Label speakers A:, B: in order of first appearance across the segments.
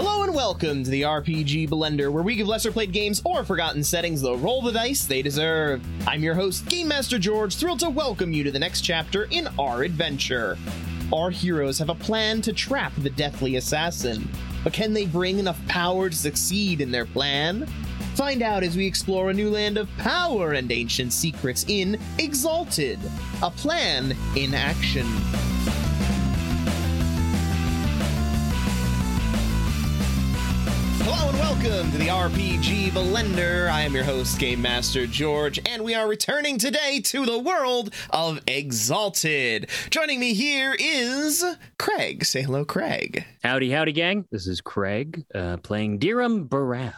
A: Welcome to the RPG Blender, where we give lesser played games or forgotten settings the roll the dice they deserve. I'm your host, Game Master George, thrilled to welcome you to the next chapter in our adventure. Our heroes have a plan to trap the deathly assassin, but can they bring enough power to succeed in their plan? Find out as we explore a new land of power and ancient secrets in Exalted, a plan in action. Hello and welcome to the RPG Blender. I am your host, Game Master George, and we are returning today to the world of Exalted. Joining me here is Craig. Say hello, Craig.
B: Howdy, howdy, gang. This is Craig uh, playing Dirham Barath.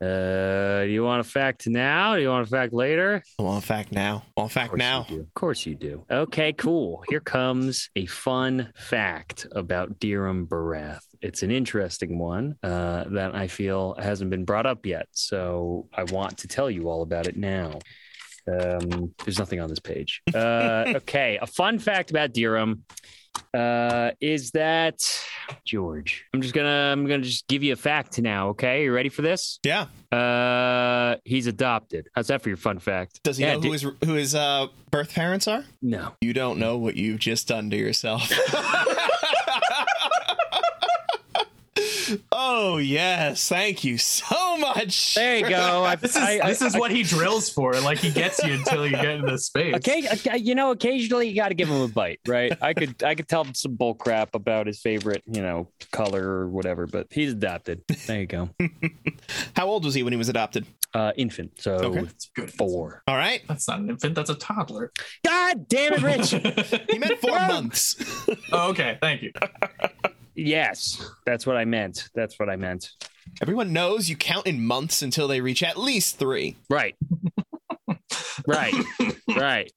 B: Uh, do you want a fact now? Do you want a fact later?
A: I want a Oh, fact now. I want a
B: Of
A: fact
B: course
A: now.
B: you do. Of course you do. Okay, cool. Here comes a fun fact about Dirham Barath. It's an interesting one uh, that I feel hasn't been brought up yet. So I want to tell you all about it now. Um, there's nothing on this page. Uh, okay, a fun fact about Durham uh, is that George. I'm just gonna I'm gonna just give you a fact now. Okay, you ready for this?
A: Yeah.
B: Uh, he's adopted. How's that for your fun fact?
A: Does he
B: Yeah,
A: know
B: di-
A: who his who his uh, birth parents are?
B: No.
A: You don't know what you've just done to yourself. oh yes, thank you so much.
B: There you go. I,
C: This is
B: I- I-
C: this is
B: I-
C: what he drills for. Like he gets you until you get into the space.
B: Okay, okay, you know, occasionally you got to give him a bite, right? I could, I could tell him some bull crap about his favorite, you know, color or whatever, but he's adopted. There you go,
A: How old was he when he was adopted?
B: uh, infant. So
A: Okay.
C: That's good.
B: four.
A: All right,
C: That's not an infant. That's a toddler.
B: God damn it, Rich.
A: he meant four
B: Yeah.
A: months.
C: oh, okay. Thank you.
B: yes, that's what I meant. That's what I meant.
A: Everyone knows you count in months until they reach at least three.
B: Right. right. Right.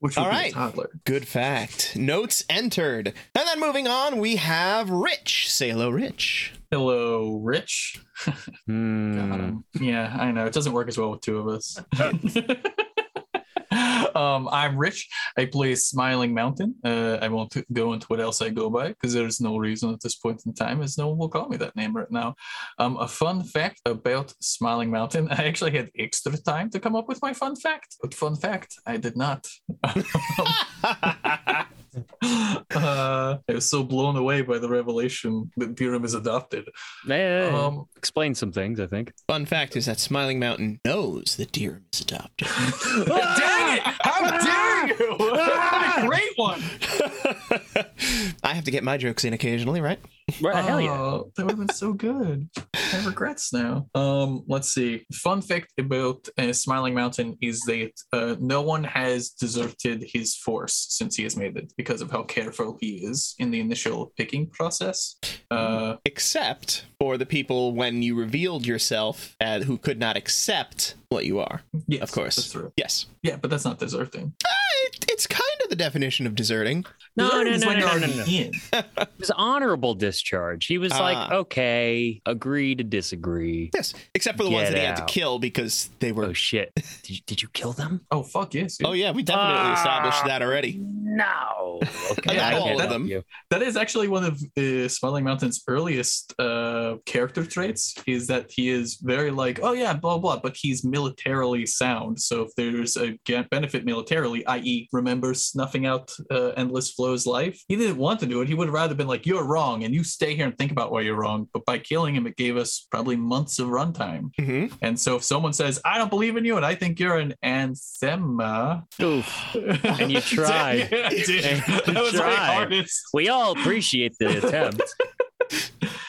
C: Which would
A: All
C: be
A: right.
C: a toddler.
A: Good fact. Notes entered. And then moving on, we have Rich. Say hello, Rich.
C: Hello, Rich. Got
B: Hmm.
C: him. Yeah, I know. It doesn't work as well with two of us. um, I'm Rich. I play Smiling Mountain. Uh, I won't go into what else I go by because there's no reason at this point in time, as no one will call me that name right now. Um, a fun fact about Smiling Mountain. I actually had extra time to come up with my fun fact, but fun fact, I did not. uh, I was so blown away by the revelation that Durham is adopted.
B: Eh,
C: Um,
B: explain some things, I think.
A: Fun fact is that Smiling Mountain knows that Deer is adopted.
C: Dang it! How dare you! What a great one!
A: I have to get my jokes in occasionally, right?
B: Right, hell yeah.
C: Oh, that would have been so good. I have regrets now. Um, let's see. Fun fact about uh, Smiling Mountain is that uh, no one has deserted his force since he has made it because of how careful he is in the initial picking process. Uh,
A: Except for the people when you revealed yourself uh, who could not accept what you are.
C: yes,
A: Of course.
C: That's true.
A: Yes.
C: Yeah, but that's not deserting.
A: It, it's kind of the definition of deserting.
B: No,
C: Deserting
B: no,
C: is
B: no,
C: when
B: no,
C: you're
B: no, no, no.
C: already in.
B: It was honorable discharge. He was like,
A: Ah.
B: okay, agree to disagree.
A: Yes. Except for the ones
B: Get
A: that he had to
B: out.
A: kill because they were.
B: Oh, shit. Did you, did you kill them?
C: Oh, fuck yes. dude.
A: Oh, yeah, we definitely
B: Ah.
A: established that already.
B: No. Okay.
C: Yeah,
B: I
C: all
B: can't
C: of
B: help
A: them.
B: you.
C: That is actually one of uh, Smiling Mountain's earliest uh, character traits. Is that he is very like, oh yeah, blah blah, but he's militarily sound. So if there's a ge- benefit militarily, i.e., remember snuffing out uh, Endless Flow's life, he didn't want to do it. He would have rather been like, you're wrong, and you stay here and think about why you're wrong. But by killing him, it gave us probably months of runtime.
A: hmm
C: And so if someone says, I don't believe in you, and I think you're an anathema,
B: Oof. And you tried.
C: yeah, I did.
B: And you
C: that was my
B: tried.
C: hardest.
B: We all appreciate the attempt.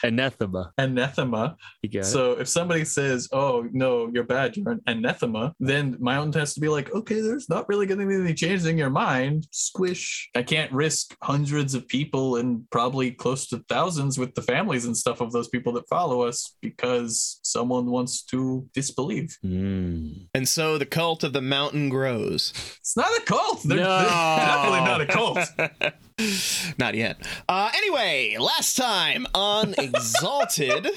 B: Anathema.
C: Anathema.
B: You got it?
C: So if somebody says, "Oh no, you're bad, you're an anathema," then my own has to be like, "Okay, there's not really going to be any changes in your mind." Squish. I can't risk hundreds of people and probably close to thousands with the families and stuff of those people that follow us because someone wants to disbelieve.
B: Mm.
A: And so the cult of the mountain grows.
C: It's not a cult. They're,
B: No.
C: they're definitely not a cult.
A: Not yet. Uh, anyway, last time on Exalted,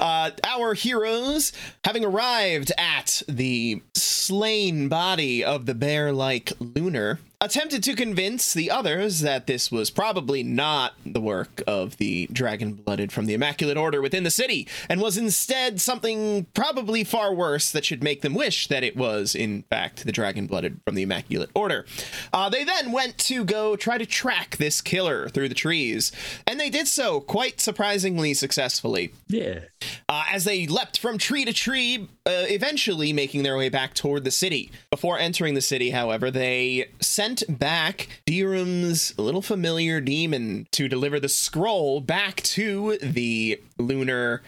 A: uh, our heroes, having arrived at the slain body of the bear like Lunar, attempted to convince the others that this was probably not the work of the dragon blooded from the Immaculate Order within the city, and was instead something probably far worse that should make them wish that it was, in fact, the dragon blooded from the Immaculate Order. Uh, they then went to go try to track this killer through the trees, and they did so quite surprisingly successfully
B: Yeah.
A: uh, as they leapt from tree to tree, uh, eventually making their way back toward the city. Before entering the city, however, they sent back Dirham's little familiar demon to deliver the scroll back to the lunar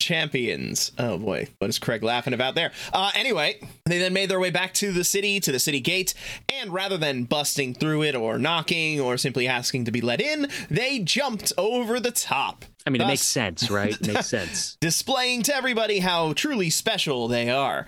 A: champions. Oh boy, what is Craig laughing about there? Uh, anyway, they then made their way back to the city, to the city gate, and rather than busting through it or knocking or simply asking to be let in, they jumped over the top
B: I mean, it
A: Uh,
B: makes sense, right? It makes sense.
A: displaying to everybody how truly special they are.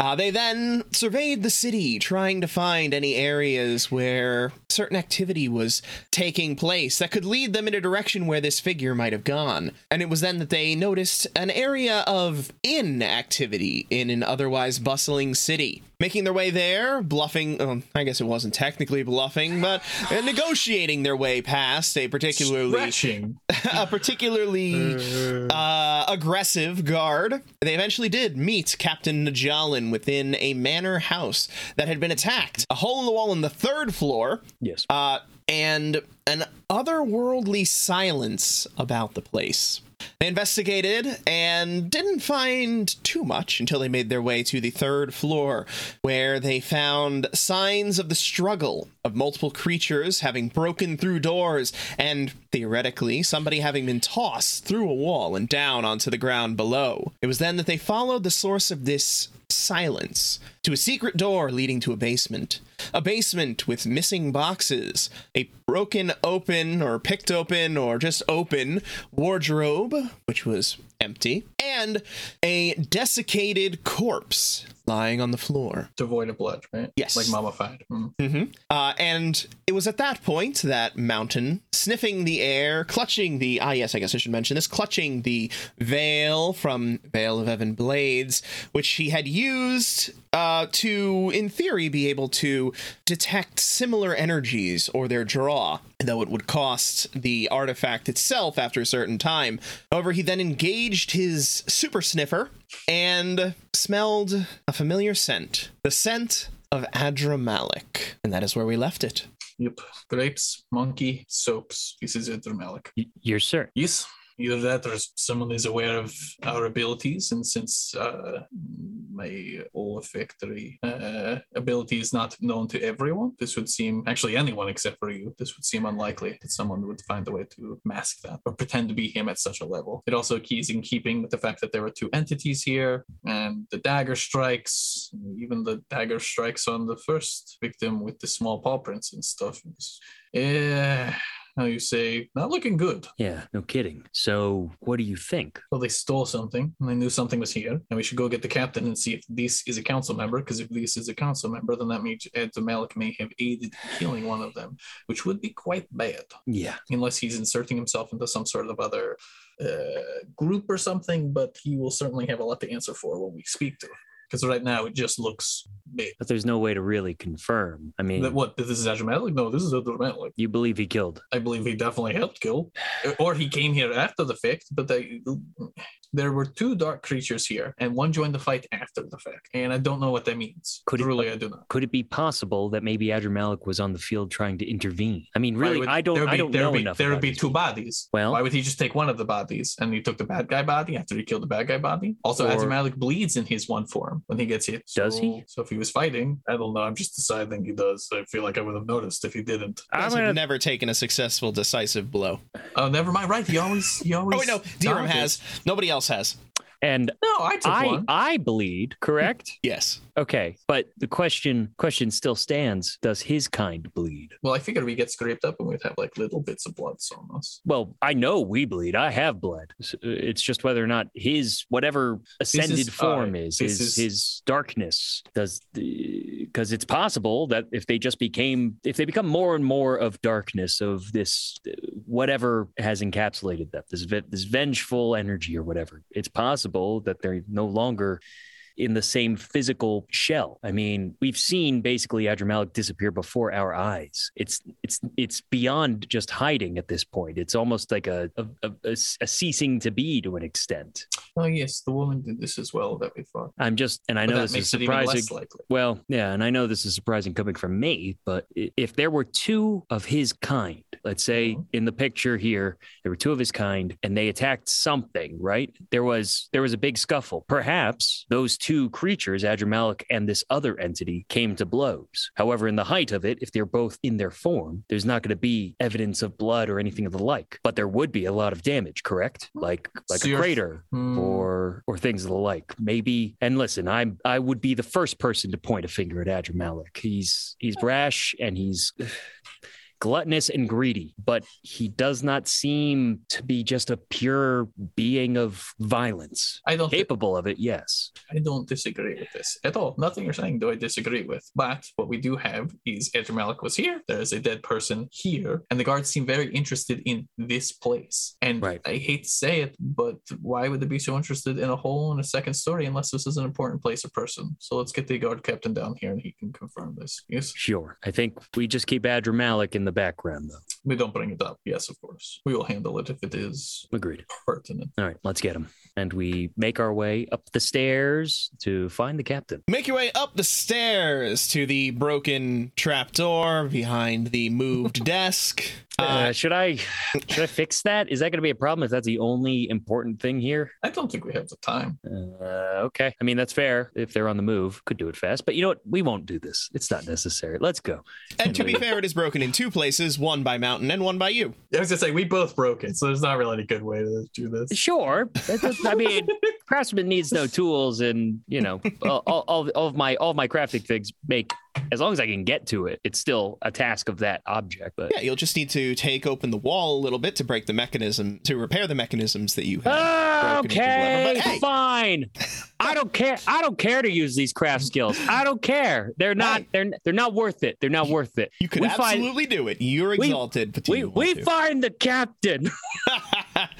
A: Uh, they then surveyed the city, trying to find any areas where certain activity was taking place that could lead them in a direction where this figure might have gone. And it was then that they noticed an area of inactivity in an otherwise bustling city. Making their way there, bluffing, um, I guess it wasn't technically bluffing, but uh, negotiating their way past a particularly
C: Scratching.
A: a particularly uh, aggressive guard. They eventually did meet Captain Najalan within a manor house that had been attacked. A hole in the wall on the third floor,
B: Yes.
A: uh, and an otherworldly silence about the place. They investigated and didn't find too much until they made their way to the third floor, where they found signs of the struggle of multiple creatures having broken through doors and, theoretically, somebody having been tossed through a wall and down onto the ground below. It was then that they followed the source of this silence to a secret door leading to a basement. A basement with missing boxes, a broken open or picked open or just open wardrobe, which was empty, and a desiccated corpse lying on the floor.
C: Devoid of blood, right?
A: Yes.
C: Like mummified. Mm.
A: Uh, and it was at that point that Mountain, sniffing the air, clutching the ah yes, I guess I should mention this, clutching the veil from Veil of Evan Blades, which he had used uh, to, in theory, be able to detect similar energies or their draw, though it would cost the artifact itself after a certain time. However, he then engaged his super sniffer and smelled a familiar scent. The scent of Adramalic. And that is where we left it.
C: Yep. Grapes, monkey, soaps. This is Idromalic.
B: Y- You're sir.
C: Yes. Either that or someone is aware of our abilities, and since uh, my olfactory uh, ability is not known to everyone, this would seem actually anyone except for you. This would seem unlikely that someone would find a way to mask that or pretend to be him at such a level. It also keys in keeping with the fact that there were two entities here, and the dagger strikes, even the dagger strikes on the first victim with the small paw prints and stuff. Yeah, how you say, not looking good.
B: Yeah, no kidding. So, what do you think?
C: Well, they stole something and they knew something was here. And we should go get the captain and see if this is a council member. Because if this is a council member, then that means Ed the Malik may have aided in killing one of them, which would be quite bad.
B: Yeah.
C: Unless he's inserting himself into some sort of other uh, group or something. But he will certainly have a lot to answer for when we speak to him. Because right now it just looks bad.
B: But there's no way to really confirm. I mean,
C: That, what? That this is Ed Malik? No, this is Ed Malik.
B: you believe he killed.
C: I believe he definitely helped kill, or he came here after the fact. But they, there were two dark creatures here, and one joined the fight after the fact. And I don't know what that means.
B: Could it-
C: Truly, I do not.
B: Could it be possible that maybe Adra Malik was on the field trying to intervene? I mean, really,
C: Why would-
B: I don't,
C: there would
B: I
C: be-
B: don't
C: there would
B: know
C: be,
B: enough.
C: There
B: about
C: would be
B: this.
C: two bodies.
B: Well-
C: why would he just take one of the bodies and he took the bad guy body after he killed the bad guy body? Also,
B: Or-
C: Azur Malik bleeds in his one form when he gets hit.
B: Does he?
C: So if he was fighting, I don't know. I'm just deciding he does. I feel like I would have noticed if he didn't.
A: You
B: I'm
A: guys have
B: gonna,
A: never taken a successful, decisive blow.
C: Oh, never mind. Right? He always. He always.
A: Oh wait, no, Dirham
C: dodges.
A: has. Nobody else has.
B: and
C: No, I took
B: I,
C: one.
B: I bleed. Correct.
A: Yes.
B: Okay, but the question question still stands: Does his kind bleed?
C: Well, I figured we get scraped up and we'd have like little bits of blood on us.
B: Well, I know we bleed. I have blood. S- uh, It's just whether or not his whatever ascended
C: is-
B: form
C: uh,
B: is,
C: this
B: his
C: is-
B: his darkness does because it's possible that if they just became if they become more and more of darkness of this uh, whatever has encapsulated them this ve- this vengeful energy or whatever, it's possible that they're no longer in the same physical shell. I mean, we've seen basically Adramalic disappear before our eyes. It's it's it's beyond just hiding at this point. It's almost like a a, a, a ceasing to be to an extent.
C: Oh yes, the woman did this as well that we fought.
B: I'm just, and I
C: But
B: know
C: that
B: this is
C: makes it even
B: surprising.
C: less likely.
B: Well, yeah, and I know this is surprising coming from me, but i- if there were two of his kind, let's say
C: Mhm.
B: in the picture here, there were two of his kind and they attacked something, right? There was there was a big scuffle. Perhaps those two creatures, Adramalic and this other entity, came to blows. However, in the height of it, if they're both in their form, there's not going to be evidence of blood or anything of the like, but there would be a lot of damage, correct? Like like
C: Mm-hmm. So
B: a
C: you're-
B: crater
C: Hmm.
B: or or things of the like. Maybe and listen, I'm I would be the first person to point a finger at Adramalik. He's he's rash and he's gluttonous and greedy, but he does not seem to be just a pure being of violence.
C: I don't. thi-
B: Capable of it, yes.
C: I don't disagree with this at all. Nothing you're saying do I disagree with. But what we do have is Ezra Malik was here. There is a dead person here, and the guards seem very interested in this place. And
B: Right.
C: I hate to say it, but why would they be so interested in a hole in a second story unless this is an important place or person? So let's get the guard captain down here, and he can confirm this. Yes,
B: Sure. I think we just keep Adramalik in the background though.
C: we don't bring it up. Yes, of course, we will handle it if it is
B: Agreed.
C: pertinent.
B: All right, let's get him. And we make our way up the stairs to find the captain.
A: Make your way up the stairs to the broken trapdoor behind the moved desk.
B: Uh,
A: Uh,
B: should I should I fix that? Is that going to be a problem if that's the only important thing here?
C: I don't think we have the time.
B: Uh, okay, I mean that's fair. If they're on the move, could do it fast. But you know what? We won't do this. It's not necessary. Let's go.
A: and to be fair, it is broken in two places one by Mountain and one by you.
C: I was gonna say we both broke it, so there's not really a good way to do this.
B: Sure. That does- I mean, craftsman needs no tools, and you know, all, all, all, all of my all of my crafting things make as long as I can get to it. It's still a task of that object. But
A: Yeah, you'll just need to take open the wall a little bit to break the mechanism, to repair the mechanisms that you have.
B: Oh,
A: broken into
B: okay,
A: whatever, but hey.
B: fine. I don't care. I don't care to use these craft skills. I don't care. They're not.
A: Hey.
B: They're they're not worth it. They're not worth it.
A: you could
B: we find-
A: absolutely do it. You're
B: We-
A: exalted. but do
B: We
A: you want
B: we
A: to?
B: find the captain.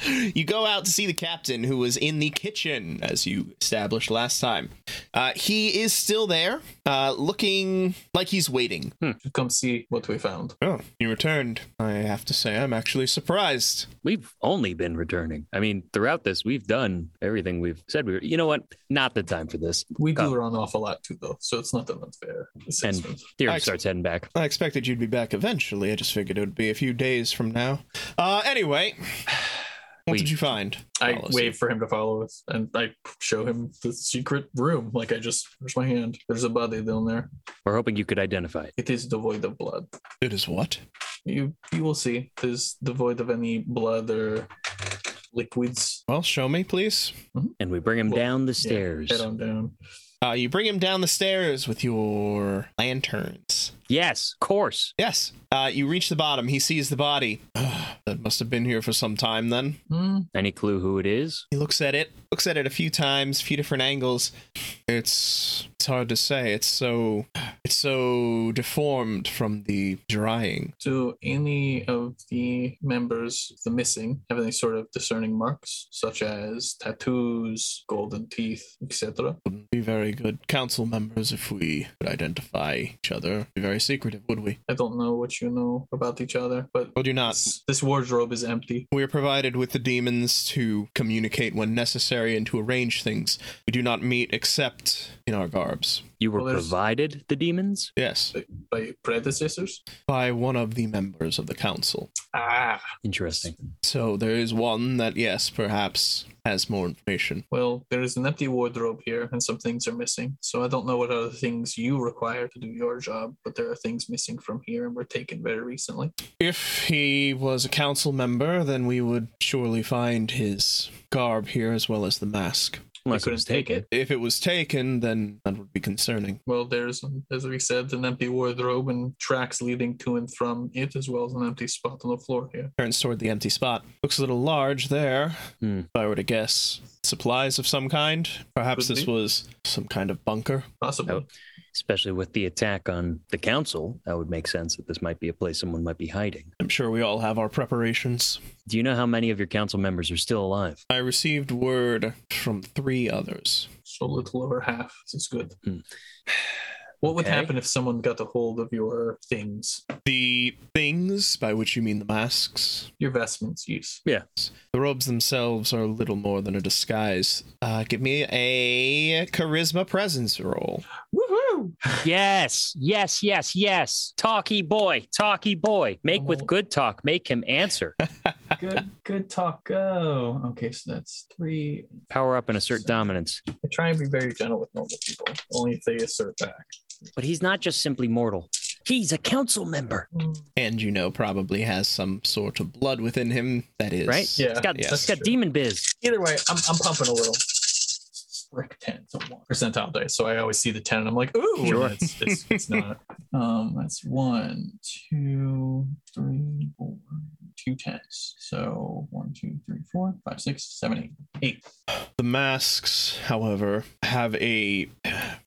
A: you go out to see the captain who was in the kitchen, as you established last time. Uh, he is still there, uh, looking like he's waiting.
C: Come see what we found.
A: Oh, you returned. I have to say, I'm actually surprised.
B: We've only been returning. I mean, throughout this, we've done everything we've said we were. You know what? Not the time for this.
C: We do
B: Oh.
C: run off a lot too, though, so it's not that unfair.
B: And
C: assessment.
B: Theorem
A: Actually-
B: starts heading back.
A: I expected you'd be back eventually. I just figured it would be a few days from now. Uh, anyway, what
B: We-
A: did you find?
C: I
A: Wallace?
C: wave for him to follow us, and I show him the secret room. Like I just, where's my hand? There's a body down there.
B: We're hoping you could identify it.
C: It is devoid of blood.
A: It is what?
C: You, you will see. It is devoid of any blood or liquids.
A: Well, show me, please.
B: And we bring him
C: Well,
B: down the
C: yeah,
B: stairs.
C: Head on down.
A: Uh, you bring him down the stairs with your lanterns.
B: yes, of course.
A: Yes. Uh, you reach the bottom. He sees the body. that must have been here for some time then.
C: Hmm.
B: Any clue who it is?
A: He looks at it, looks at it a few times, a few different angles. It's it's hard to say. It's so it's so deformed from the drying.
C: Do any of the members, the missing, have any sort of discerning marks, such as tattoos, golden teeth, etc.?
A: Wouldn't be very good council members if we could identify each other. Be very secretive, would we?
C: I don't know what you know about each other, but
A: Would you not?
C: this, this wardrobe is empty.
A: We are provided with the demons to communicate when necessary and to arrange things. We do not meet except in our garbs.
B: You were
C: Well, there's-
B: provided the demons?
A: Yes.
C: By predecessors?
A: by one of the members of the council.
C: Ah.
B: Interesting.
A: So there is one that, yes, perhaps has more information.
C: Well, there is an empty wardrobe here, and some things are missing. So I don't know what other things you require to do your job, but there are things missing from here and were taken very recently.
A: If he was a council member, then we would surely find his garb here as well as the mask.
B: Unless it
C: couldn't
B: was
C: take
B: taken.
C: it.
A: If it was taken, then that would be concerning.
C: Well, there's, as we said, an empty wardrobe and tracks leading to and from it, as well as an empty spot on the floor here.
A: Turns toward the empty spot. Looks a little large there,
B: Hmm.
A: if I were to guess. supplies of some kind. Perhaps
C: Could
A: this
C: be.
A: was some kind of bunker.
C: Possibly.
B: Oh. especially with the attack on the council. That would make sense that this might be a place someone might be hiding.
A: I'm sure we all have our preparations.
B: Do you know how many of your council members are still alive?
A: I received word from three others.
C: So little over half. This is good.
B: Hmm.
C: What would
B: Okay.
C: happen if someone got a hold of your things,
A: The things, by which you mean the masks,
C: your vestments? Yes.
A: the robes themselves are little more than a disguise. Uh, give me a charisma presence roll.
C: Woohoo!
B: Yes, yes, yes, yes. Talky boy, talky boy. Make
C: Oh.
B: with good talk, make him answer.
C: Good, good talk. Go. Okay, so that's three.
B: Power up and assert dominance.
C: I try and be very gentle with normal people, only if they assert back.
B: But he's not just simply mortal, he's a council member,
C: Hmm.
A: And you know, probably has some sort of blood within him that is.
B: right?
C: Yeah.
B: He's got,
A: yeah.
B: he's got demon biz.
C: Either way, I'm, I'm pumping a little. Frick, 10. It's a one percentile dice. So I always see the 10 and I'm like, ooh, and
B: Sure.
C: it's, it's, it's not. Um, that's one, two, three, four, two tens. So one, two, three, four, five, six, seven, eight, eight.
A: The masks, however, have a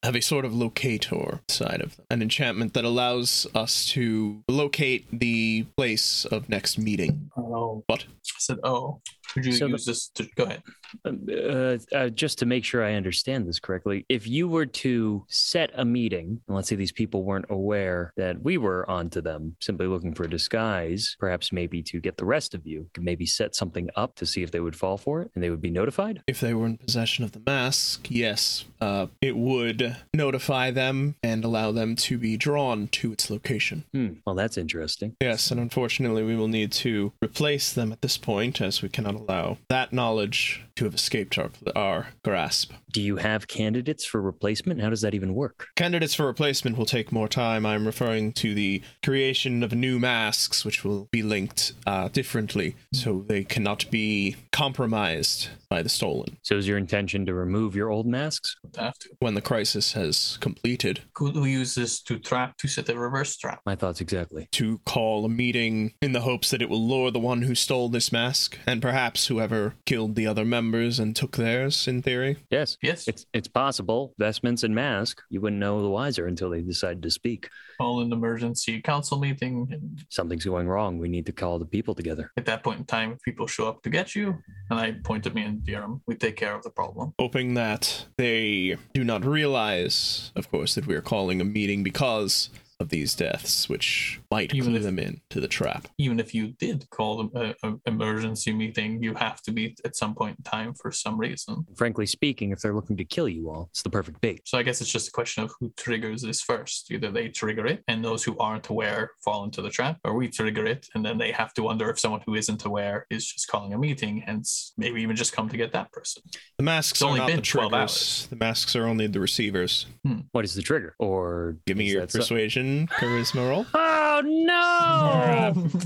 A: have a sort of locator side of them, an enchantment that allows us to locate the place of next meeting.
C: Oh.
A: What?
C: I said, oh. Could you
B: So the-
C: use this to go ahead?
B: Uh, uh, just to make sure I understand this correctly, if you were to set a meeting, and let's say these people weren't aware that we were onto them, simply looking for a disguise, perhaps maybe to get the rest of you, could maybe set something up to see if they would fall for it and they would be notified.
A: If they were in possession of the mask, yes, uh, it would notify them and allow them to be drawn to its location.
B: Hmm. Well, that's interesting.
A: Yes, and unfortunately, we will need to replace them at this point, as we cannot allow that knowledge to have escaped our our grasp.
B: Do you have candidates for replacement? How does that even work?
A: Candidates for replacement will take more time. I'm referring to the creation of new masks, which will be linked uh, differently, so they cannot be compromised by the stolen.
B: So, is your intention to remove your old masks?
C: Don't have to.
A: When the crisis has completed,
C: Could we use this to trap, to set a reverse trap?
B: My thoughts exactly.
A: to call a meeting in the hopes that it will lure the one who stole this mask, and perhaps whoever killed the other members and took theirs, in theory.
B: Yes.
C: Yes.
B: It's it's possible. Vestments and mask, you wouldn't know the wiser until they decide to speak.
C: Call an emergency council meeting and
B: Something's going wrong. We need to call the people together.
C: At that point in time, if people show up to get you, and I point at me and Durham, we take care of the problem.
A: hoping that they do not realize, of course, that we are calling a meeting because of these deaths, which might
C: Even
A: clue
C: if-
A: them in to the trap.
C: Even if you did call an emergency meeting, you have to meet at some point in time for some reason.
B: Frankly speaking, if they're looking to kill you all, it's the perfect bait.
C: So I guess it's just a question of who triggers this first. Either they trigger it, and those who aren't aware fall into the trap, or we trigger it, and then they have to wonder if someone who isn't aware is just calling a meeting, and s- maybe even just come to get that person.
A: The masks
C: It's
A: are
C: only
A: not
C: been
A: the
C: 12
A: triggers.
C: hours.
A: The masks are only the receivers.
B: What is the trigger? Or
A: Give me
B: is
A: your
B: that so-
A: persuasion, charisma roll.
B: Oh no!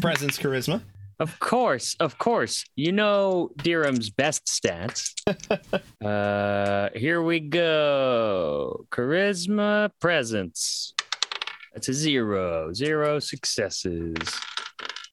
A: Presence, charisma.
B: of course, of course. You know Dirham's best stats. uh here we go. Charisma presence. That's a zero. Zero successes.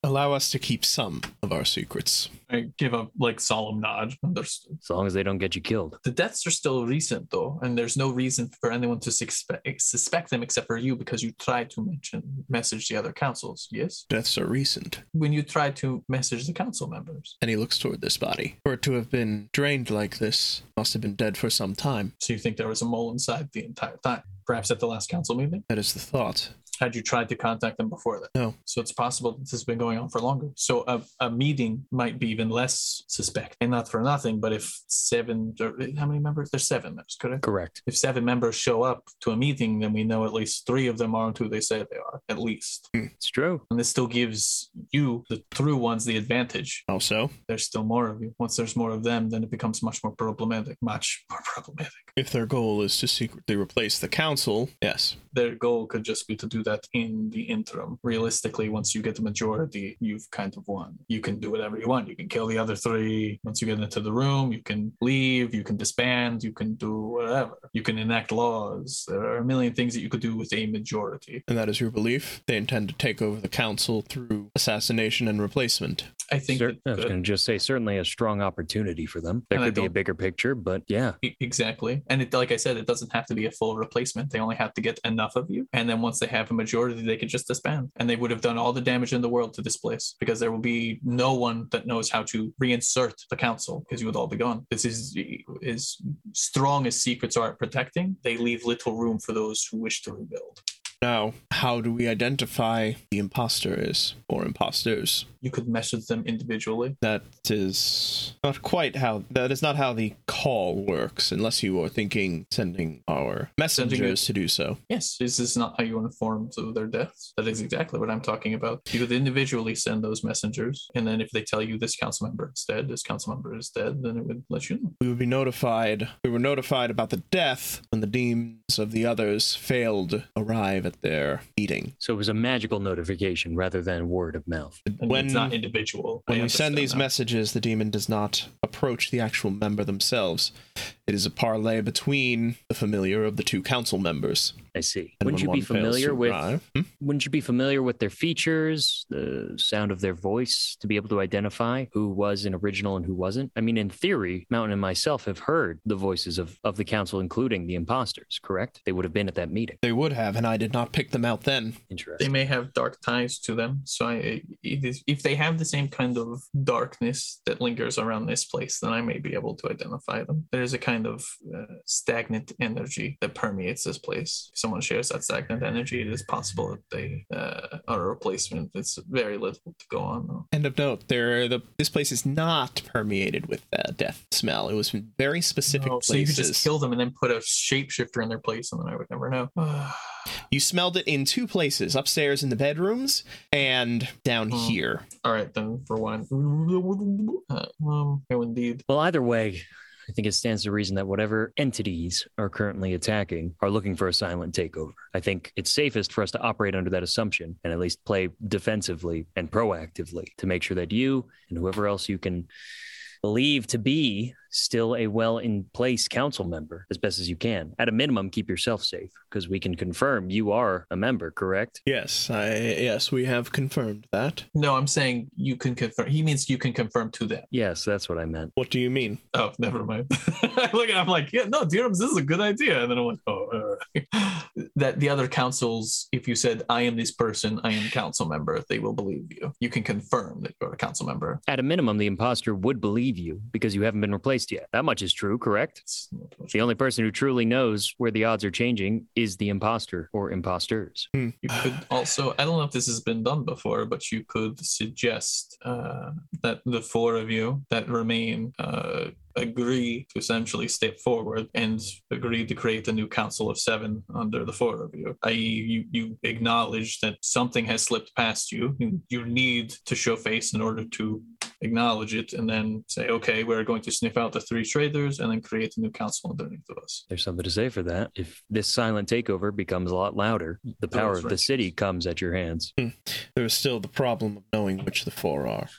A: Allow us to keep some of our secrets.
C: I give a like solemn nod. Understood.
B: As long as they don't get you killed.
C: The deaths are still recent, though, and there's no reason for anyone to suspect suspect them except for you because you tried to mention message the other councils. Yes,
A: Deaths are recent.
C: when you tried to message the council members,
A: And he looks toward this body. For it to have been drained like this, must have been dead for some time.
C: so you think there was a mole inside the entire time. Perhaps at the last council meeting,
A: That is the thought.
C: had you tried to contact them before that?
A: No.
C: So it's possible that this has been going on for longer. So a, a meeting might be even less suspect, and not for nothing. But if seven, or how many members? There's seven members, correct?
B: Correct.
C: if seven members show up to a meeting, then we know at least three of them aren't who they say they are, at least.
B: It's true.
C: And this still gives you, the true ones, the advantage.
A: Also,
C: There's still more of you. Once there's more of them, then it becomes much more problematic. Much more problematic.
A: If their goal is to secretly replace the council, yes.
C: Their goal could just be to do that in the interim. Realistically, once you get the majority, you've kind of won. You can do whatever you want. You can kill the other three. Once you get into the room, you can leave, you can disband, you can do whatever. You can enact laws. There are a million things that you could do with a majority.
A: And that is your belief. They intend to take over the council through assassination and replacement.
C: I think
B: Cer- I
C: that,
B: was
C: uh,
B: going to just say certainly a strong opportunity for them. There
C: And I
B: could be a
C: don't-
B: bigger picture, but yeah,
C: E- Exactly. And it, like I said, it doesn't have to be a full replacement. They only have to get enough of you. And then once they have a majority, they could just disband. And they would have done all the damage in the world to this place because there will be no one that knows how to reinsert the council because you would all be gone. This is e, as strong as secrets are at protecting, they leave little room for those who wish to rebuild.
A: Now, how do we identify the imposter is or imposters?
C: You could message them individually.
A: That is not quite how that is not how the call works, unless you are thinking sending our
C: Sending it-
A: messengers to do so.
C: Yes, this is not how you inform of their deaths. That is exactly what I'm talking about. You would individually send those messengers, and then if they tell you this council member is dead, this council member is dead, then it would let you know.
A: We would be notified. We were notified about the death when the deems of the others failed to arrive at their meeting.
B: so it was a magical notification rather than word of mouth.
C: And
A: When-
C: it's not individual.
A: When
C: I
A: we send
C: understand
A: these
C: that.
A: messages, the demon does not approach the actual member themselves. It is a parlay between the familiar of the two council members.
B: I see.
A: And
B: Wouldn't you
A: when
B: be
A: one fails
B: familiar
A: to
B: with?
A: arrive- Hmm?
B: Wouldn't you be familiar with their features, the sound of their voice, to be able to identify who was an original and who wasn't? I mean, in theory, Mountain and myself have heard the voices of of the council, including the imposters. Correct? They would have been at that meeting.
A: They would have, and I did not pick them out then.
B: Interesting.
C: they may have dark ties to them. So I, it is, if they have the same kind of darkness that lingers around this place, then I may be able to identify them. There is a kind of uh, stagnant energy that permeates this place. If someone shares that stagnant energy, it is possible that they uh, are a replacement. It's very little to go on. Though.
A: End of note. There, the this place is not permeated with uh, death smell. It was from very specific
C: No, Oh, so you could
A: places.
C: just kill them and then put a shapeshifter in their place, and then I would never know.
A: You smelled it in two places: upstairs in the bedrooms and down
C: Hmm.
A: here.
C: All right, then for one, uh, um, oh, indeed.
B: Well, either way, I think it stands to reason that whatever entities are currently attacking are looking for a silent takeover. I think it's safest for us to operate under that assumption and at least play defensively and proactively to make sure that you and whoever else you can believe to be still a well in place council member as best as you can. At a minimum, keep yourself safe because we can confirm you are a member, correct?
A: Yes, I yes we have confirmed that.
C: No, I'm saying you can confirm. He means you can confirm to them.
B: Yes, that's what I meant.
A: What do you mean?
C: oh, never mind. I look at, I'm like, yeah, no, Durham's, this is a good idea. And then I'm like, oh, uh, that the other councils, if you said, I am this person, I am council member, they will believe you. You can confirm that you're a council member.
B: At a minimum, the imposter would believe you because you haven't been replaced yet. That much is true, correct?
C: It's
B: The only person who truly knows where the odds are changing is the imposter or imposters.
C: You could also, I don't know if this has been done before, but you could suggest uh, that the four of you that remain uh, agree to essentially step forward and agree to create a new council of seven under the four of you. I.e., you, you acknowledge that something has slipped past you. You- You need to show face in order to acknowledge it and then say, okay, we're going to sniff out the three traitors and then create a new council underneath of us.
B: There's something to say for that. If this silent takeover becomes a lot louder, the power of the
C: righteous.
B: city comes at your hands.
A: There is still the problem of knowing which the four are.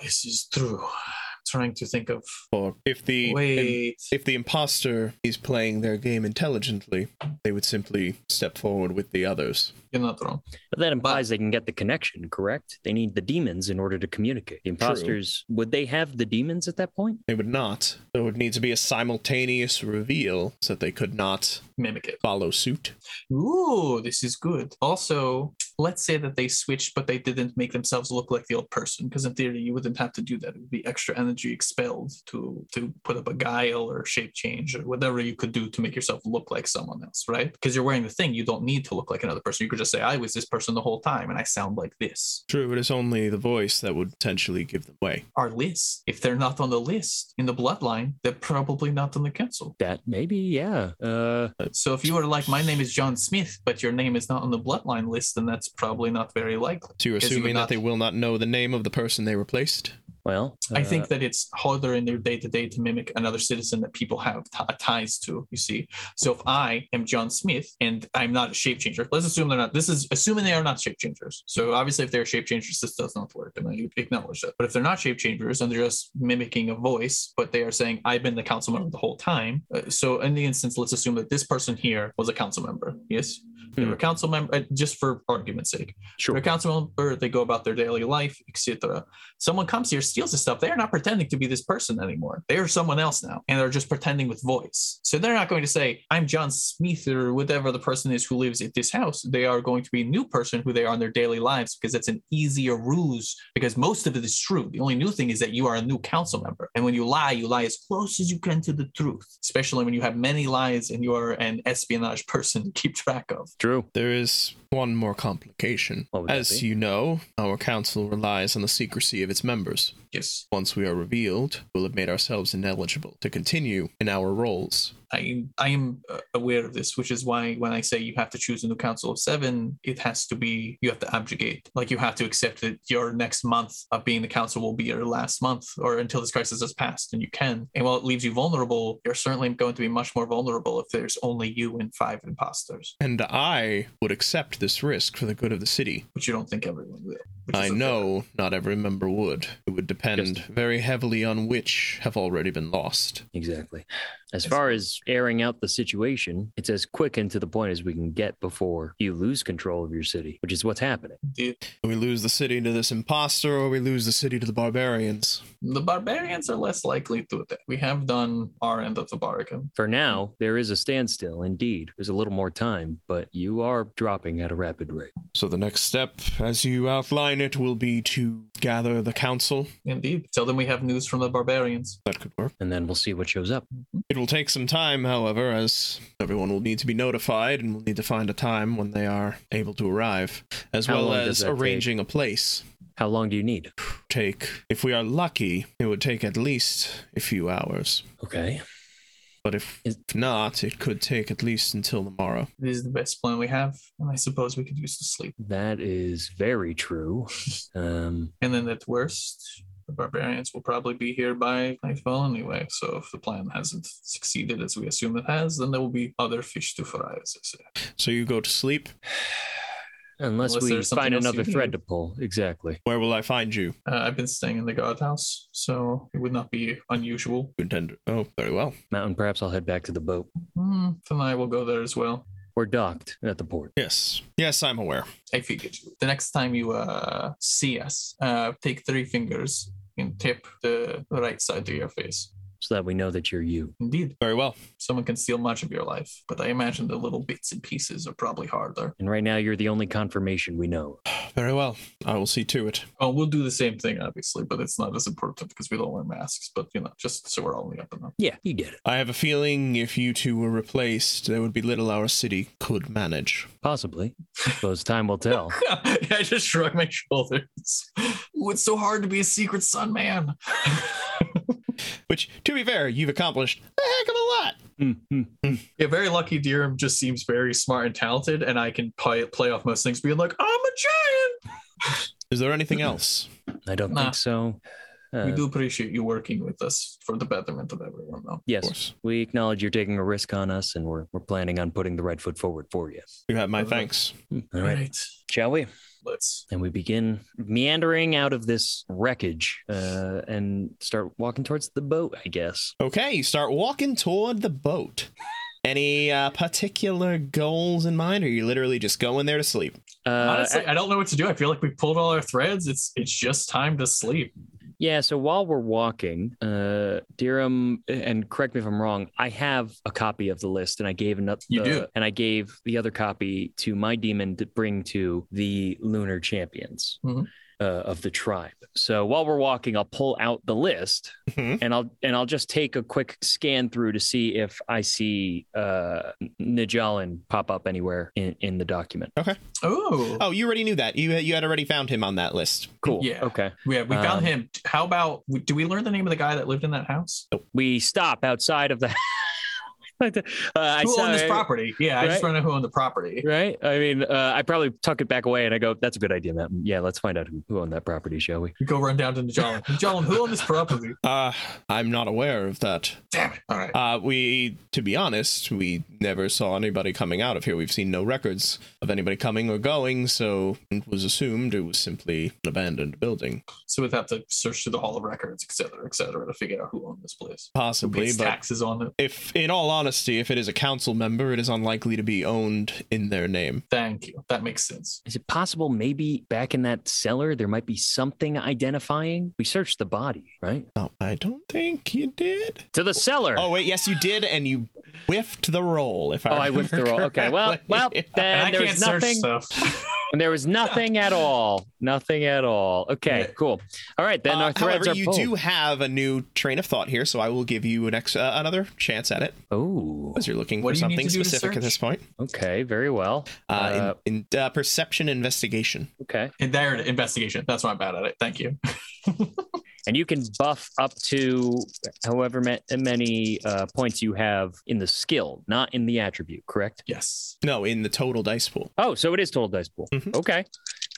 C: This is true. I'm trying to think of.
A: Or if the
C: Wait.
A: if the imposter is playing their game intelligently, they would simply step forward with the others.
C: You're not wrong.
B: But that implies they can get the connection, correct? They need the demons in order to communicate. The imposters, would they have the demons at that point?
A: They would not. There would need to be a simultaneous reveal so that they could not
C: Mimic it.
A: follow suit.
C: Ooh, this is good. Also, let's say that they switched, but they didn't make themselves look like the old person, because in theory you wouldn't have to do that. It would be extra energy expelled to to put up a guile or shape change or whatever you could do to make yourself look like someone else, right? Because you're wearing the thing, you don't need to look like another person. You could just say, I was this person the whole time and I sound like this.
A: True, it is only the voice that would potentially give them away.
C: Our list. If they're not on the list in the bloodline, they're probably not on the council.
B: That maybe, yeah. Uh,
C: So if you were like, my name is John Smith, but your name is not on the bloodline list, then that's probably not very likely.
A: So you're
C: Because you would
A: assuming that
C: not-
A: they will not know the name of the person they replaced?
B: well,
C: I
B: uh,
C: think that it's harder in their day to day to mimic another citizen that people have t- uh, ties to, you see. So if I am John Smith and I'm not a shape changer, let's assume they're not. This is assuming they are not shape changers. So obviously, if they're shape changers, this does not work. And I acknowledge that. But if they're not shape changers and they're just mimicking a voice, but they are saying, I've been the council member the whole time. Uh, so in the instance, let's assume that this person here was a council member. Yes. They're a council member, just for argument's sake. They're
B: Hmm. Sure.
C: a council member. They go about their daily life, etc. Someone comes here, steals the stuff. They are not pretending to be this person anymore. They are someone else now, and they're just pretending with voice. So they're not going to say, "I'm John Smith" or whatever the person is who lives at this house. They are going to be a new person who they are in their daily lives because that's an easier ruse. Because most of it is true. The only new thing is that you are a new council member, and when you lie, you lie as close as you can to the truth. Especially when you have many lies and you are an espionage person to keep track of.
B: True.
A: There is one more complication.
B: What would that
A: As
B: be?
A: you know, our council relies on the secrecy of its members.
C: Yes,
A: Once we are revealed, we'll have made ourselves ineligible to continue in our roles.
C: I I am uh, aware of this, which is why when I say you have to choose a new council of seven, it has to be you have to abdicate, like you have to accept that your next month of being the council will be your last month, or until this crisis has passed, and you can. And while it leaves you vulnerable, you're certainly going to be much more vulnerable if there's only you and five imposters,
A: And I would accept this risk for the good of the city.
C: which you don't think everyone will. which is
A: I
C: unfair.
A: know not every member would. It would depend very heavily on which have already been lost.
B: Exactly. As far as airing out the situation, it's as quick and to the point as we can get before you lose control of your city, which is what's happening.
C: The,
A: We lose the city to this imposter, or we lose the city to the barbarians.
C: the barbarians are less likely to do that. We have done our end of the bargain.
B: For
C: Mm-hmm.
B: now, there is a standstill. Indeed, there's a little more time, but you are dropping at a rapid rate.
A: So the next step, as you outline it, will be to gather the council.
C: Indeed. Tell them we have news from the barbarians.
A: That could work.
B: And then we'll see what shows up.
A: It will take some time, however, as everyone will need to be notified and will need to find a time when they are able to arrive, as
B: How
A: well
B: long does
A: as
B: that take?
A: arranging a place.
B: How long do you need?
A: Take, if we are lucky, it would take at least a few hours.
B: Okay.
A: But if,
B: Is-
A: if not, it could take at least until tomorrow.
C: This is the best plan we have, and I suppose we could use the sleep.
B: That is very true. Um,
C: And then at worst, the barbarians will probably be here by nightfall anyway. So if the plan hasn't succeeded as we assume it has, then there will be other fish to fry, as I say.
A: So you go to sleep.
B: unless,
C: Unless
B: we
C: there's something
B: find
C: else you
B: another
C: need.
B: thread to pull. Exactly.
A: Where will I find you,
C: Uh, I've been staying in the guardhouse, so it would not be unusual.
A: contender? Oh, very well.
B: Mountain, perhaps I'll head back to the boat.
C: Hmm, tonight we'll go there as well.
B: We're docked at the port.
A: Yes. Yes, I'm aware.
C: I figured you. The next time you uh, see us, uh, take three fingers and tip the right side to your face.
B: so that we know that you're you.
C: Indeed,
A: Very well.
C: someone can steal much of your life, but I imagine the little bits and pieces are probably harder.
B: And right now, you're the only confirmation we know.
A: Very well. I will see to it.
C: Oh, we'll do the same thing, obviously, but it's not as important because we don't wear masks. But you know, just so we're all in the up and up.
B: Yeah, you get it.
A: I have a feeling if you two were replaced, there would be little our city could manage.
B: Possibly. Suppose time will tell.
C: I just shrugged my shoulders. Ooh, it's so hard to be a secret sun man.
A: Which, to be fair, you've accomplished a heck of a lot.
C: Mm-hmm. yeah, very lucky Durham just seems very smart and talented, and I can play play off most things being like, I'm a giant.
A: Is there anything else?
B: I don't
C: Nah.
B: think so. Uh,
C: we do appreciate you working with us for the betterment of everyone, though.
A: Of
B: Yes,
A: course.
B: we acknowledge you're taking a risk on us, and we're, we're planning on putting the right foot forward for you.
A: You have my thanks.
B: All right, shall we?
C: let's.
B: And we begin meandering out of this wreckage uh, and start walking towards the boat, I guess.
A: Okay, you start walking toward the boat. Any uh, particular goals in mind, or are you literally just going there to sleep?
B: Uh,
C: Honestly, I don't know what to do. I feel like we pulled all our threads. It's it's just time to sleep.
B: Yeah, so while we're walking, uh Dirham and correct me if I'm wrong, I have a copy of the list and I gave another
C: You do.
B: and I gave the other copy to my demon to bring to the lunar champions.
C: Mhm.
B: Uh, of the tribe. So while we're walking, I'll pull out the list
A: Mhm.
B: and I'll and I'll just take a quick scan through to see if I see uh Najalan pop up anywhere in, in the document.
C: Oh,
A: Oh, you already knew that. You you had already found him on that list.
B: Cool.
C: Yeah.
B: Okay.
C: Yeah, we found
B: Um,
C: him. How about do we learn the name of the guy that lived in that house?
B: We stop outside of the uh, I
C: who
B: saw-
C: owned this property? Yeah, I just
B: right?
C: want to know who owned the property.
B: Right? I mean, uh, I probably tuck it back away and I go, that's a good idea, Matt. Yeah, let's find out who, who owned that property, shall we?
C: We go run down to Najalan. Najalan, who owned this property?
A: Uh, I'm not aware of that.
C: Damn it! All right.
A: Uh, we, to be honest, we never saw anybody coming out of here. We've seen no records of anybody coming or going, so it was assumed it was simply an abandoned building.
C: So we'd have to search through the Hall of Records, et cetera, et cetera, to figure out who owned this place. Who
A: Possibly,
C: pays
A: but
C: taxes on it?
A: if, in all honesty, if it is a council member, it is unlikely to be owned in their name.
C: Thank you. That makes sense.
B: Is it possible maybe back in that cellar there might be something identifying? We searched the body, right?
A: Oh, I don't think you did.
B: To the cellar.
A: Oh wait, yes, you did, and you whiffed the roll. If I
B: Oh, I whiffed the roll. Okay, well, well,
C: And,
B: then
C: I
B: there
C: can't
B: was
C: search
B: nothing.
C: stuff.
B: And there was nothing at all. Nothing at all. Okay,
C: Yeah.
B: cool. All right, then our
A: uh,
B: threads
A: however,
B: are
A: you
B: pulled.
A: do have a new train of thought here, so I will give you an ex- uh, another chance at it
B: Oh,
A: because you're looking
C: What
A: for
C: do you need
A: something
C: to do to
A: specific at
C: search?
A: this point.
B: okay, very well.
A: Uh,
B: Uh,
A: in, in uh, perception investigation.
B: okay,
C: and there, it- investigation. That's why I'm bad at it. Thank you.
B: and you can buff up to however ma- many uh, points you have in the skill, not in the attribute. Correct.
C: Yes.
A: No, in the total dice pool.
B: Oh, so it is total dice pool.
A: Mhm.
B: Okay.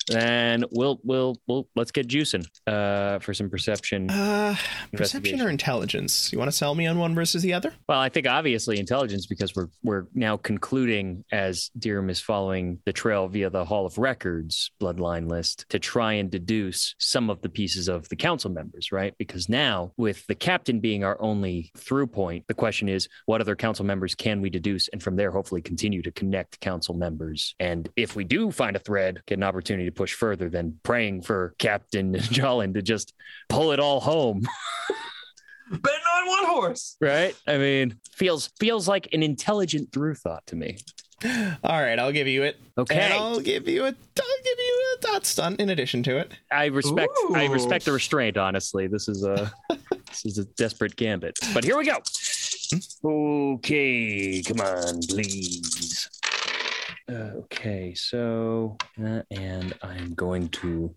B: Then we'll we'll we'll let's get juicing uh, for some perception.
A: Uh, perception or intelligence? You want to sell me on one versus the other?
B: Well, I think obviously intelligence because we're we're now concluding as Deerham is following the trail via the Hall of Records bloodline list to try and deduce some of the pieces of the council members, right? Because now with the captain being our only through point, the question is what other council members can we deduce, and from there hopefully continue to connect council members. And if we do find a thread, get an opportunity to push further than praying for Captain Jolin to just pull it all home
C: Betting on one horse.
B: right? I mean, feels feels like an intelligent through thought to me.
A: All right, I'll give you it. And
B: Okay,
A: I'll give you a. I'll give you a dot stunt in addition to it.
B: I respect I
C: Ooh.
B: respect the restraint. Honestly, this is a this is a desperate gambit. But here we go. Okay, come on, please. Uh, okay, so uh, and I'm going to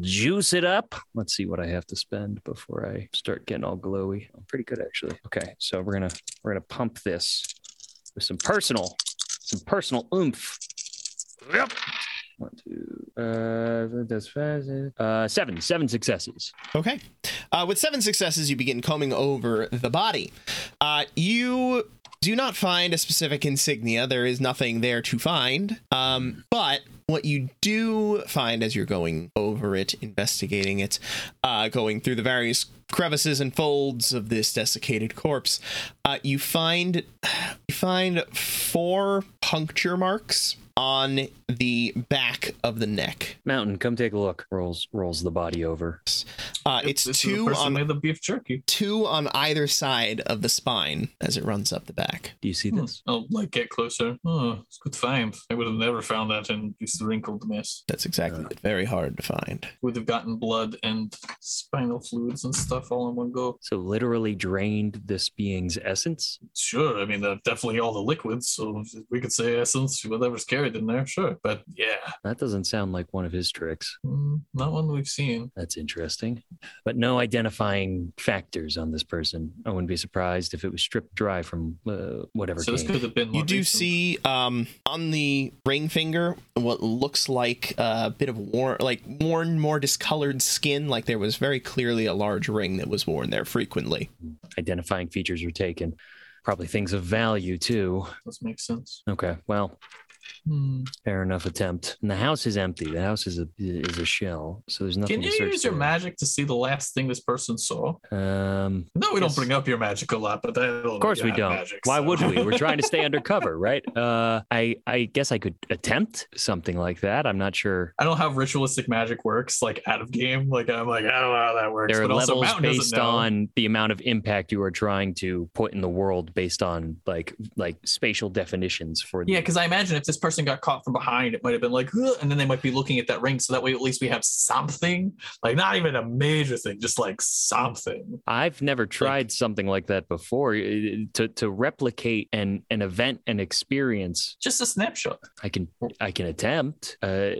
B: juice it up. Let's see what I have to spend before I start getting all glowy. I'm pretty good actually. Okay, so we're gonna we're gonna pump this with some personal some personal oomph. Yep. One, two, uh, that's fast. Uh, seven, seven successes.
A: Okay. Uh, with seven successes, you begin combing over the body. Uh, you do not find a specific insignia. There is nothing there to find. Um, but what you do find as you're going over it, investigating it, uh, going through the various crevices and folds of this desiccated corpse, uh, you find you find four puncture marks on the back of the neck.
B: Mountain, come take a look. Rolls, rolls the body over.
A: Uh, it's
C: This is the
A: two
C: person
A: on
C: made the beef jerky.
A: two on either side of the spine as it runs up the back.
B: Do you see
C: Hmm.
B: this?
C: I'll like get closer. Oh, it's a good find. I would have never found that in this wrinkled mess.
A: That's exactly it. Very hard to find.
C: Would have gotten blood and spinal fluids and stuff all in one go.
B: So literally drained this being's essence.
C: Sure, I mean uh, definitely all the liquids. So we could say essence, whatever's carried in there. Sure, but yeah,
B: That doesn't sound like one of his tricks.
C: mm, not one we've seen.
B: That's interesting. But no identifying factors on this person. I wouldn't be surprised if it was stripped dry from uh, whatever.
C: So this
B: came.
C: could have been.
A: You
C: more
A: do
C: recent.
A: see um, on the ring finger what looks like a bit of worn, like worn, more discolored skin. Like there was very clearly a large ring that was worn there frequently.
B: Identifying features were taken. Probably things of value too.
C: Does make sense.
B: Okay, well,
C: Hmm.
B: Fair enough attempt. And the house is empty. The house is a is a shell. So there's nothing.
C: Can you
B: to search
C: use your
B: there.
C: magic to see the last thing this person saw?
B: Um,
C: No,
B: Yes.
C: we don't bring up your magic a lot, but I don't
B: of course we don't. Why would we? We're trying to stay undercover, right? Uh, I I guess I could attempt something like that. I'm not sure.
C: I don't have ritualistic magic works like out of game. Like I'm like I don't know how that works.
B: There are
C: but also
B: levels
C: Mountain doesn't
B: based
C: know.
B: on the amount of impact you are trying to put in the world, based on like like spatial definitions for.
C: Yeah,
B: the-
C: because I imagine if this person got caught from behind, it might have been like, "Ugh," and then they might be looking at that ring. So that way, at least we have something, like not even a major thing, just like something.
B: I've never tried something like that before. It- To to replicate an an event and experience
C: Just a snapshot.
B: I can I can attempt. Uh,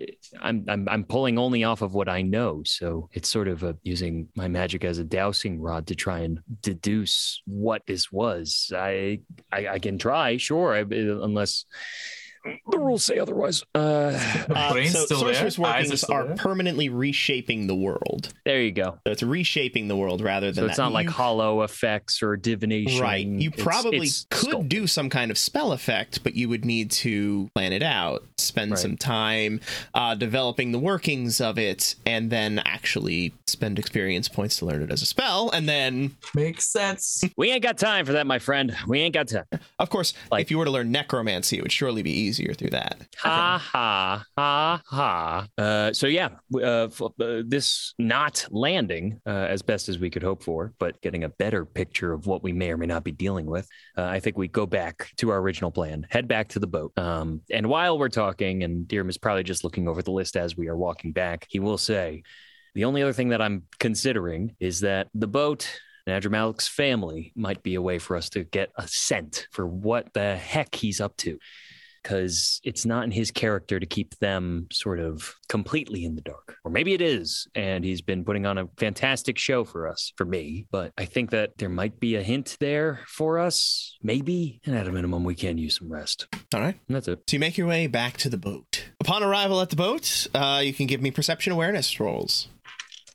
B: I'm, I'm I'm pulling only off of what I know, so it's sort of a, using my magic as a dowsing rod to try and deduce what this was. I I, I can try, sure, I, unless the rules say otherwise. Uh,
C: The
A: Uh,
C: brain's
A: so
C: still there.
A: sorceress
C: eyes
A: workings
C: still
A: are
C: there.
A: permanently reshaping the world.
B: there you go.
A: So it's reshaping the world rather than
B: So it's
A: that.
B: not like
A: You-
B: hollow effects or divination.
A: Right. You
B: It's-
A: probably
B: it's
A: could
B: sculpt-
A: do some kind of spell effect, but you would need to plan it out, spend
B: Right.
A: some time uh, developing the workings of it, and then actually spend experience points to learn it as a spell. And then,
C: Makes sense.
B: We ain't got time for that, my friend. We ain't got time.
A: of course,
B: Like-
A: if you were to learn necromancy, it would surely be easier through that.
B: Ha ha ha ha. Uh, so yeah, w- uh, f- uh, this not landing uh, as best as we could hope for, but getting a better picture of what we may or may not be dealing with. Uh, I think we go back to our original plan, head back to the boat. Um, and while we're talking, and Dearm is probably just looking over the list as we are walking back, he will say, "The only other thing that I'm considering is that the boat." and Adramalik's family might be a way for us to get a scent for what the heck he's up to because it's not in his character to keep them sort of completely in the dark. Or maybe it is. And he's been putting on a fantastic show for us, for me. But I think that there might be a hint there for us, maybe. And at a minimum, we can use some rest.
A: All right.
B: And that's it.
A: So you make your way back to the boat. Upon arrival at the boat, uh, you can give me perception awareness rolls.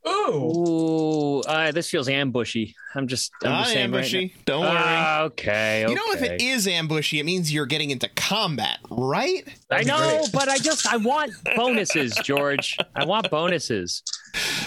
C: Oh,
B: Ooh, uh, this feels ambushy. I'm just, I'm
A: Ah,
B: just saying right
A: ambushy.
B: now-
A: Don't worry.
B: Ah, okay, okay.
A: You know, if it is ambushy, it means you're getting into combat, right?
B: I
C: That'd be
B: know,
C: great.
B: but I just I want bonuses, George. I want bonuses.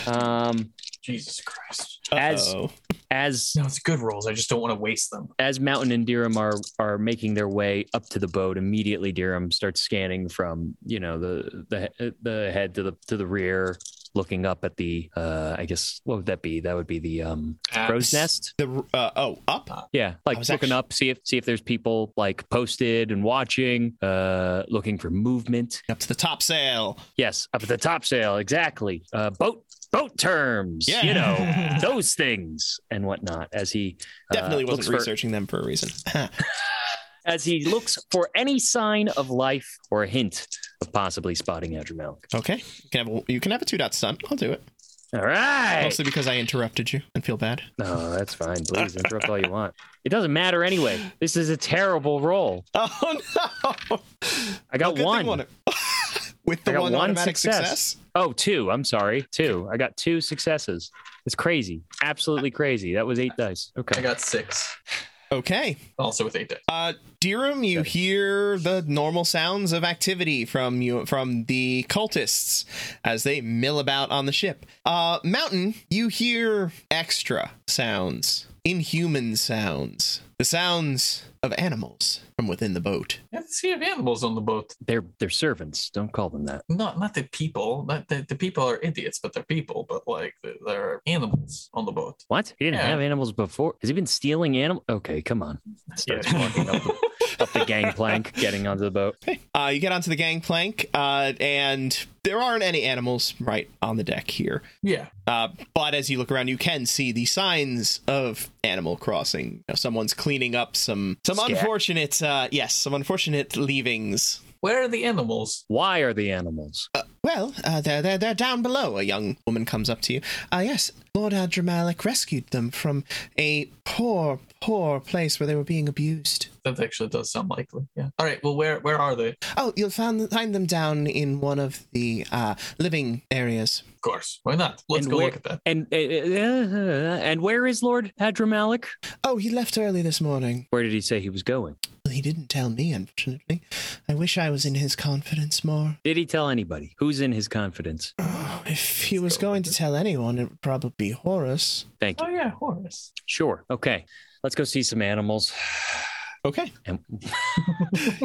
B: Um,
C: Jesus Christ.
B: As-
A: Uh-oh.
B: as
C: No, it's good rolls. I just don't want to waste them.
B: as Mountain and Dirham are are making their way up to the boat, immediately Dirham starts scanning from you know the the the head to the to the rear, looking up at the uh I guess what would that be? That would be the um crow's
C: Abs-
B: nest.
A: the uh, oh up
B: Yeah,
A: I
B: like
A: was
B: looking
A: actu-
B: up, see if see if there's people like posted and watching, uh looking for movement.
A: up to the top sail.
B: Yes, up at the topsail, exactly. Uh, boat boat terms, you know
C: Yeah.
B: those things and whatnot. As he uh,
A: Definitely
B: looks
A: wasn't
B: for-
A: researching them for a reason.
B: as he looks for any sign of life or a hint of possibly spotting Adramelic.
A: okay, you can have a, you can have a two dot stunt. I'll do it.
B: All right.
A: Mostly because I interrupted you and feel bad.
B: No, that's fine. Please interrupt all you want. It doesn't matter anyway. This is a terrible roll.
A: Oh no!
B: I got
A: Good
B: one.
A: thing
B: Oh,
A: won it. With the
B: I got
A: one,
B: one
A: automatic
B: success.
A: success.
B: Oh, two. I'm sorry. Two. I got two successes. It's crazy. Absolutely crazy. That was eight dice.
C: I
B: Okay.
C: got six.
A: Okay,
C: Also with eight dice.
A: uh, Dirham, you hear the normal sounds of activity from you from the cultists as they mill about on the ship. Uh, Mountain, you hear extra sounds, inhuman sounds, the sounds of animals from within the boat.
C: Yeah, let's see if animals on the boat.
B: They're they're servants. Don't call them that.
C: Not not the people. Not the, the people are idiots, but they're people. But like the- there are animals on the boat.
B: What? He didn't
C: Yeah.
B: have animals before. Has he been stealing animal? Okay, come on. Starts
C: Yeah.
B: walking up the, up the gangplank, getting onto the boat.
A: Uh, you get onto the gangplank, uh, and there aren't any animals right on the deck here.
C: Yeah.
A: Uh, but as you look around, you can see the signs of Animal Crossing. You know, someone's cleaning up some some
B: Scat.
A: unfortunate, uh, yes, some unfortunate leavings.
C: Where are the animals?
B: Why are the animals?
A: Well, uh, they're, they're, they're down below. A young woman comes up to you. Ah, yes, Lord Adramalic rescued them from a poor, poor place where they were being abused.
C: That actually does sound likely. Yeah. All right. Well, where where are they? Of
A: Oh, you'll find, find them down in one of the uh, living areas.
C: course. Why not? Let's
B: And
C: go
B: where-
C: look at that.
B: And uh, uh, and where is Lord Hadramalik?
A: Oh, he left early this morning.
B: Where did he say he was going?
A: He didn't tell me, unfortunately. I wish I was in his confidence more.
B: Did he tell anybody? Who's in his confidence?
A: Oh, if he was going to tell anyone, it would probably be Horus.
B: Thank
C: Oh
B: you.
C: yeah, Horace.
B: Sure. Okay. Let's go see some animals.
A: Okay.
B: And,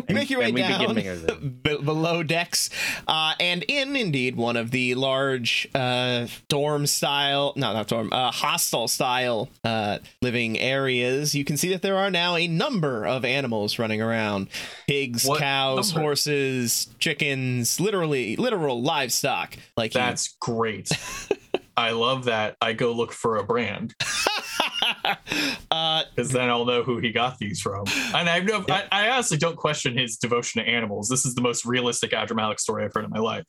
A: You make your way
B: and we
A: down
B: begin making our-
A: be- below decks uh, and in, indeed, one of the large uh, dorm style, no, not dorm, uh, hostel style uh, living areas. You can see that there are now a number of animals running around pigs,
C: What
A: cows,
C: number?
A: horses, chickens, literally, literal livestock. Like you-
C: That's great. I love that. I go look for a brand
A: uh,
C: because then I'll know who he got these from. And I know I, I honestly don't question his devotion to animals. This is the most realistic Adramalic story I've heard in my life.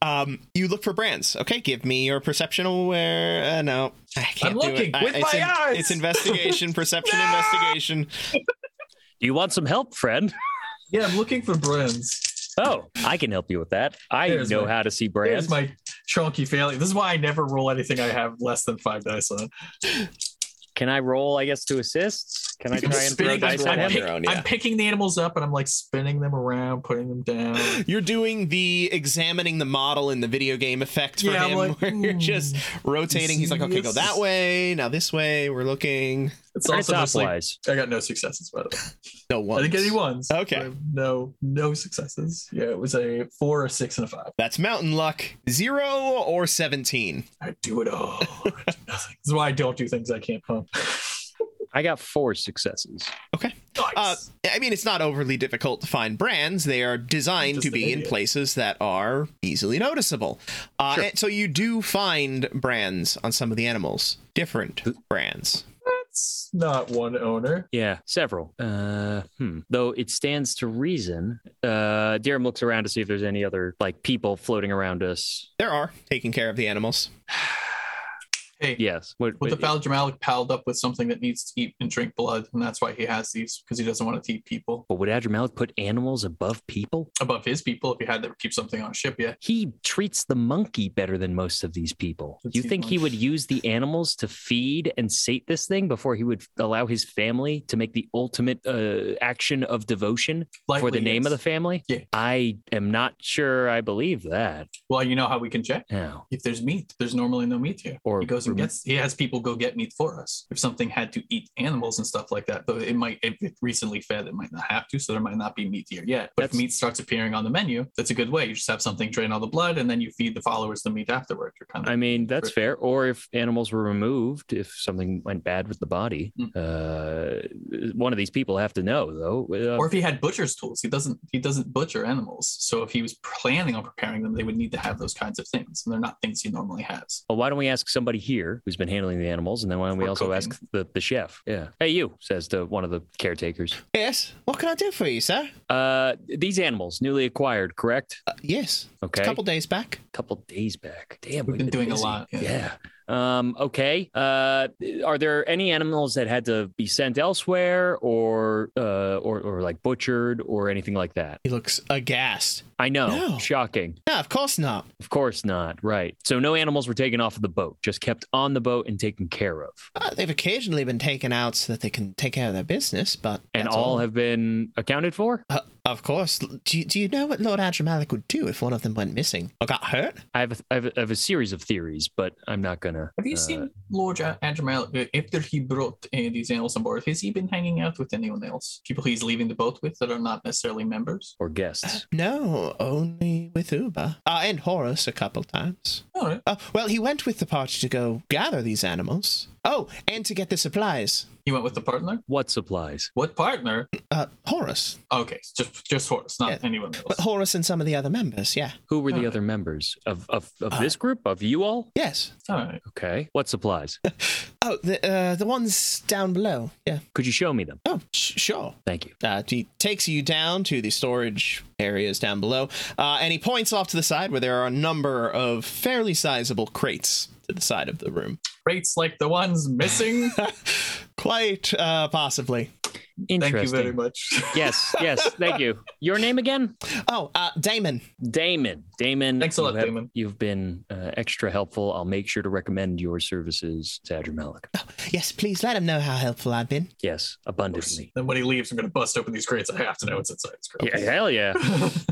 A: um, you look for brands. Okay, give me your perception aware. Uh, no, I can't
C: I'm
A: do
C: looking
A: it. I-
C: with
A: it's
C: my
A: in-
C: eyes.
A: It's investigation, perception, investigation.
B: Do you want some help, friend?
C: Yeah, I'm looking for brands.
B: Oh, I can help you with that. I
C: There's
B: know
C: my-
B: how to see brands.
C: There's my chunky failure. This is why I never roll anything I have less than five dice on.
B: Can I roll? I guess to assist. Can I
A: You can
B: try and
A: spin
B: throw
A: it
B: dice
A: as
B: at
A: well.
B: him?
A: your own, yeah.
C: I'm picking the animals up and I'm like spinning them around, putting them down.
A: You're doing the examining the model in the video game effect for
C: Yeah, I'm
A: him,
C: like,
A: where you're
C: "Hmm,
A: just rotating. He's like, okay, go
C: this
A: that
C: is-
A: way. Now this way. We're looking.
C: It's
B: Turn it
C: also
B: top
C: just like
B: wise.
C: I got no successes by the way.
A: No
C: I
A: one.
C: didn't get any ones.
A: Okay.
C: but No, no successes. Yeah, it was a four, a six, and a five.
A: That's mountain luck. Zero or seventeen.
C: I do it all. I do nothing. This is why I don't do things I can't pump.
B: I got four successes.
C: Nice.
A: Uh, I mean, it's not overly difficult to find brands. They are designed
C: Just
A: to
C: an
A: be in
C: idiot.
A: places that are easily noticeable. Uh,
B: Sure.
A: and so you do find brands on some of the animals, different brands.
C: That's not one owner.
B: Yeah, several. Uh, hmm. Though it stands to reason. Uh, Dirham looks around to see if there's any other like people floating around us.
A: There are taking care of the animals.
C: Hey,
B: Yes. What,
C: with the Faldramallic palled up with something that needs to eat and drink blood, and that's why he has these because he doesn't want to eat people
B: but would Adramalic put animals above people?
C: above his people. If he had to keep something on a ship, yeah.
B: He treats the monkey better than most of these people.
C: Let's
B: you
C: see,
B: think he
C: monkey.
B: would use the animals to feed and sate this thing before he would allow his family to make the ultimate uh, action of devotion for the
C: Likely
B: name of the
C: yes.
B: family?
C: Yeah.
B: I am not sure I believe that.
C: Well, you know how we can check.
B: Now,
C: If there's meat, there's normally no meat here.
B: Or
C: he goes and
B: rem-
C: gets. He has people go get meat for us. If something had to eat animals and stuff like that, though, it might. If it recently fed, it might not have to, so there might not be meat here yet. But
B: That's-
C: if meat starts appearing on the menu, that's a good way. You just have something drain all the blood, and then you feed the followers the meat afterward. You're kind of.
B: I mean, that's fair. Or if animals were removed, if something went bad with the body,
C: Mm.
B: uh, one of these people have to know, though. Uh,
C: or if he had butcher's tools, he doesn't. He doesn't butcher animals, so if he was planning on preparing them, they would need to have those kinds of things, and they're not things he normally has.
B: well, why don't we ask somebody here who's been handling the animals, and then why don't we
C: Or
B: also ask the, the chef? Yeah. Hey, you says to one of the caretakers.
A: Yes. What can I do for you, sir?
B: Uh, these animals newly acquired, correct?
A: Uh, yes.
B: Okay.
A: A couple days back.
B: couple days back. Damn,
C: We've been doing a
B: busy.
C: lot,
B: Yeah.
C: yeah.
B: Um, okay. Uh, are there any animals that had to be sent elsewhere, or uh, or or like butchered, or anything like that?
A: He looks aghast.
B: I know.
A: No.
B: Shocking.
A: No, of course not.
B: Of course not. Right. So no animals were taken off of the boat. Just kept on the boat and taken care of.
A: Uh, they've occasionally been taken out so that they can take care of their business, but
B: And
A: that's
B: all, have been accounted for.
A: Uh, of course. L- Do you, do you know what Lord Adramalic would do if one of them went missing or got hurt?
B: I have, a, I, have a, I have a series of theories, but I'm not gonna.
C: Have you
B: uh,
C: seen Lord A- Andromal uh, after he brought uh, these animals on board? Has he been hanging out with anyone else? People he's leaving the boat with that are not necessarily members?
B: or guests?
A: No, only with Uber. Uh, and Horus a couple times.
C: All right.
A: Uh, well, he went with the party to go gather these animals. Oh, and to get the supplies.
C: He went with the partner?
B: What supplies?
C: What partner?
A: Uh, Horus.
C: Okay, just just Horus, not
A: Yeah.
C: anyone
A: But
C: else.
A: Horus and some of the other members, yeah.
B: Who were the
C: Uh,
B: other members of of, of
A: uh,
B: this group? Of you all?
A: Yes.
C: All right.
B: Okay. What supplies?
A: Oh, the uh, the ones down below. Yeah.
B: Could you show me them?
A: Oh, sh- sure.
B: Thank you.
A: Uh, he takes you down to the storage areas down below, uh, and he points off to the side where there are a number of fairly sizable crates to the side of the room.
C: Crates like the ones missing.
A: Quite uh, possibly.
B: Interesting.
C: Thank you very much.
B: Yes, yes, thank you. Your name again?
A: Oh, uh, Damon.
B: Damon. Damon.
C: Thanks a lot,
B: you have-
C: Damon.
B: You've been uh, extra helpful. I'll make sure to recommend your services to Adrian Malik.
A: Yes, please let him know how helpful I've been.
B: Yes, abundantly.
C: Then when he leaves, I'm gonna bust open these crates. I have to know what's inside this crate.
B: Yeah, hell yeah.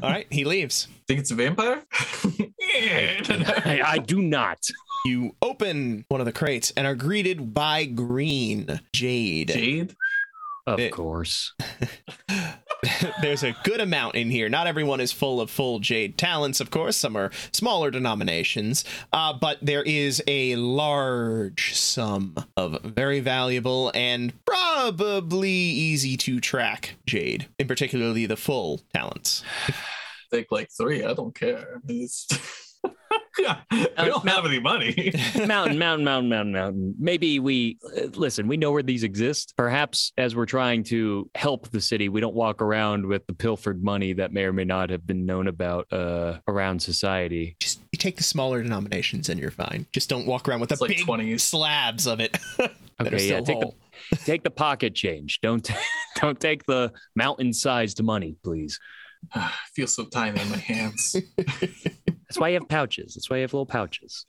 A: All right, he leaves.
C: Think it's a vampire? yeah.
B: I, I do not.
A: You open one of the crates and are greeted by green jade.
C: Jade?
B: Of
A: It-
B: course.
A: There's a good amount in here. Not everyone is full of full jade talents, of course. Some are smaller denominations, uh, but there is a large sum of very valuable and probably easy to track jade, in particularly the full talents.
C: Take like three. I don't care. It's... we don't have any money.
B: mountain, mountain, mountain, mountain, mountain. Maybe we uh, listen. We know where these exist. Perhaps as we're trying to help the city, we don't walk around with the pilfered money that may or may not have been known about uh, around society.
A: Just you take the smaller denominations and you're fine. Just don't walk around with the
C: It's like
A: big
C: 20s.
A: slabs of it. that are
B: Okay, yeah,
A: still
B: take the-
A: whole.
B: take the pocket change. Don't don't take the mountain-sized money, please.
C: I feel so tiny in my hands.
B: That's why you have pouches. That's why you have little pouches.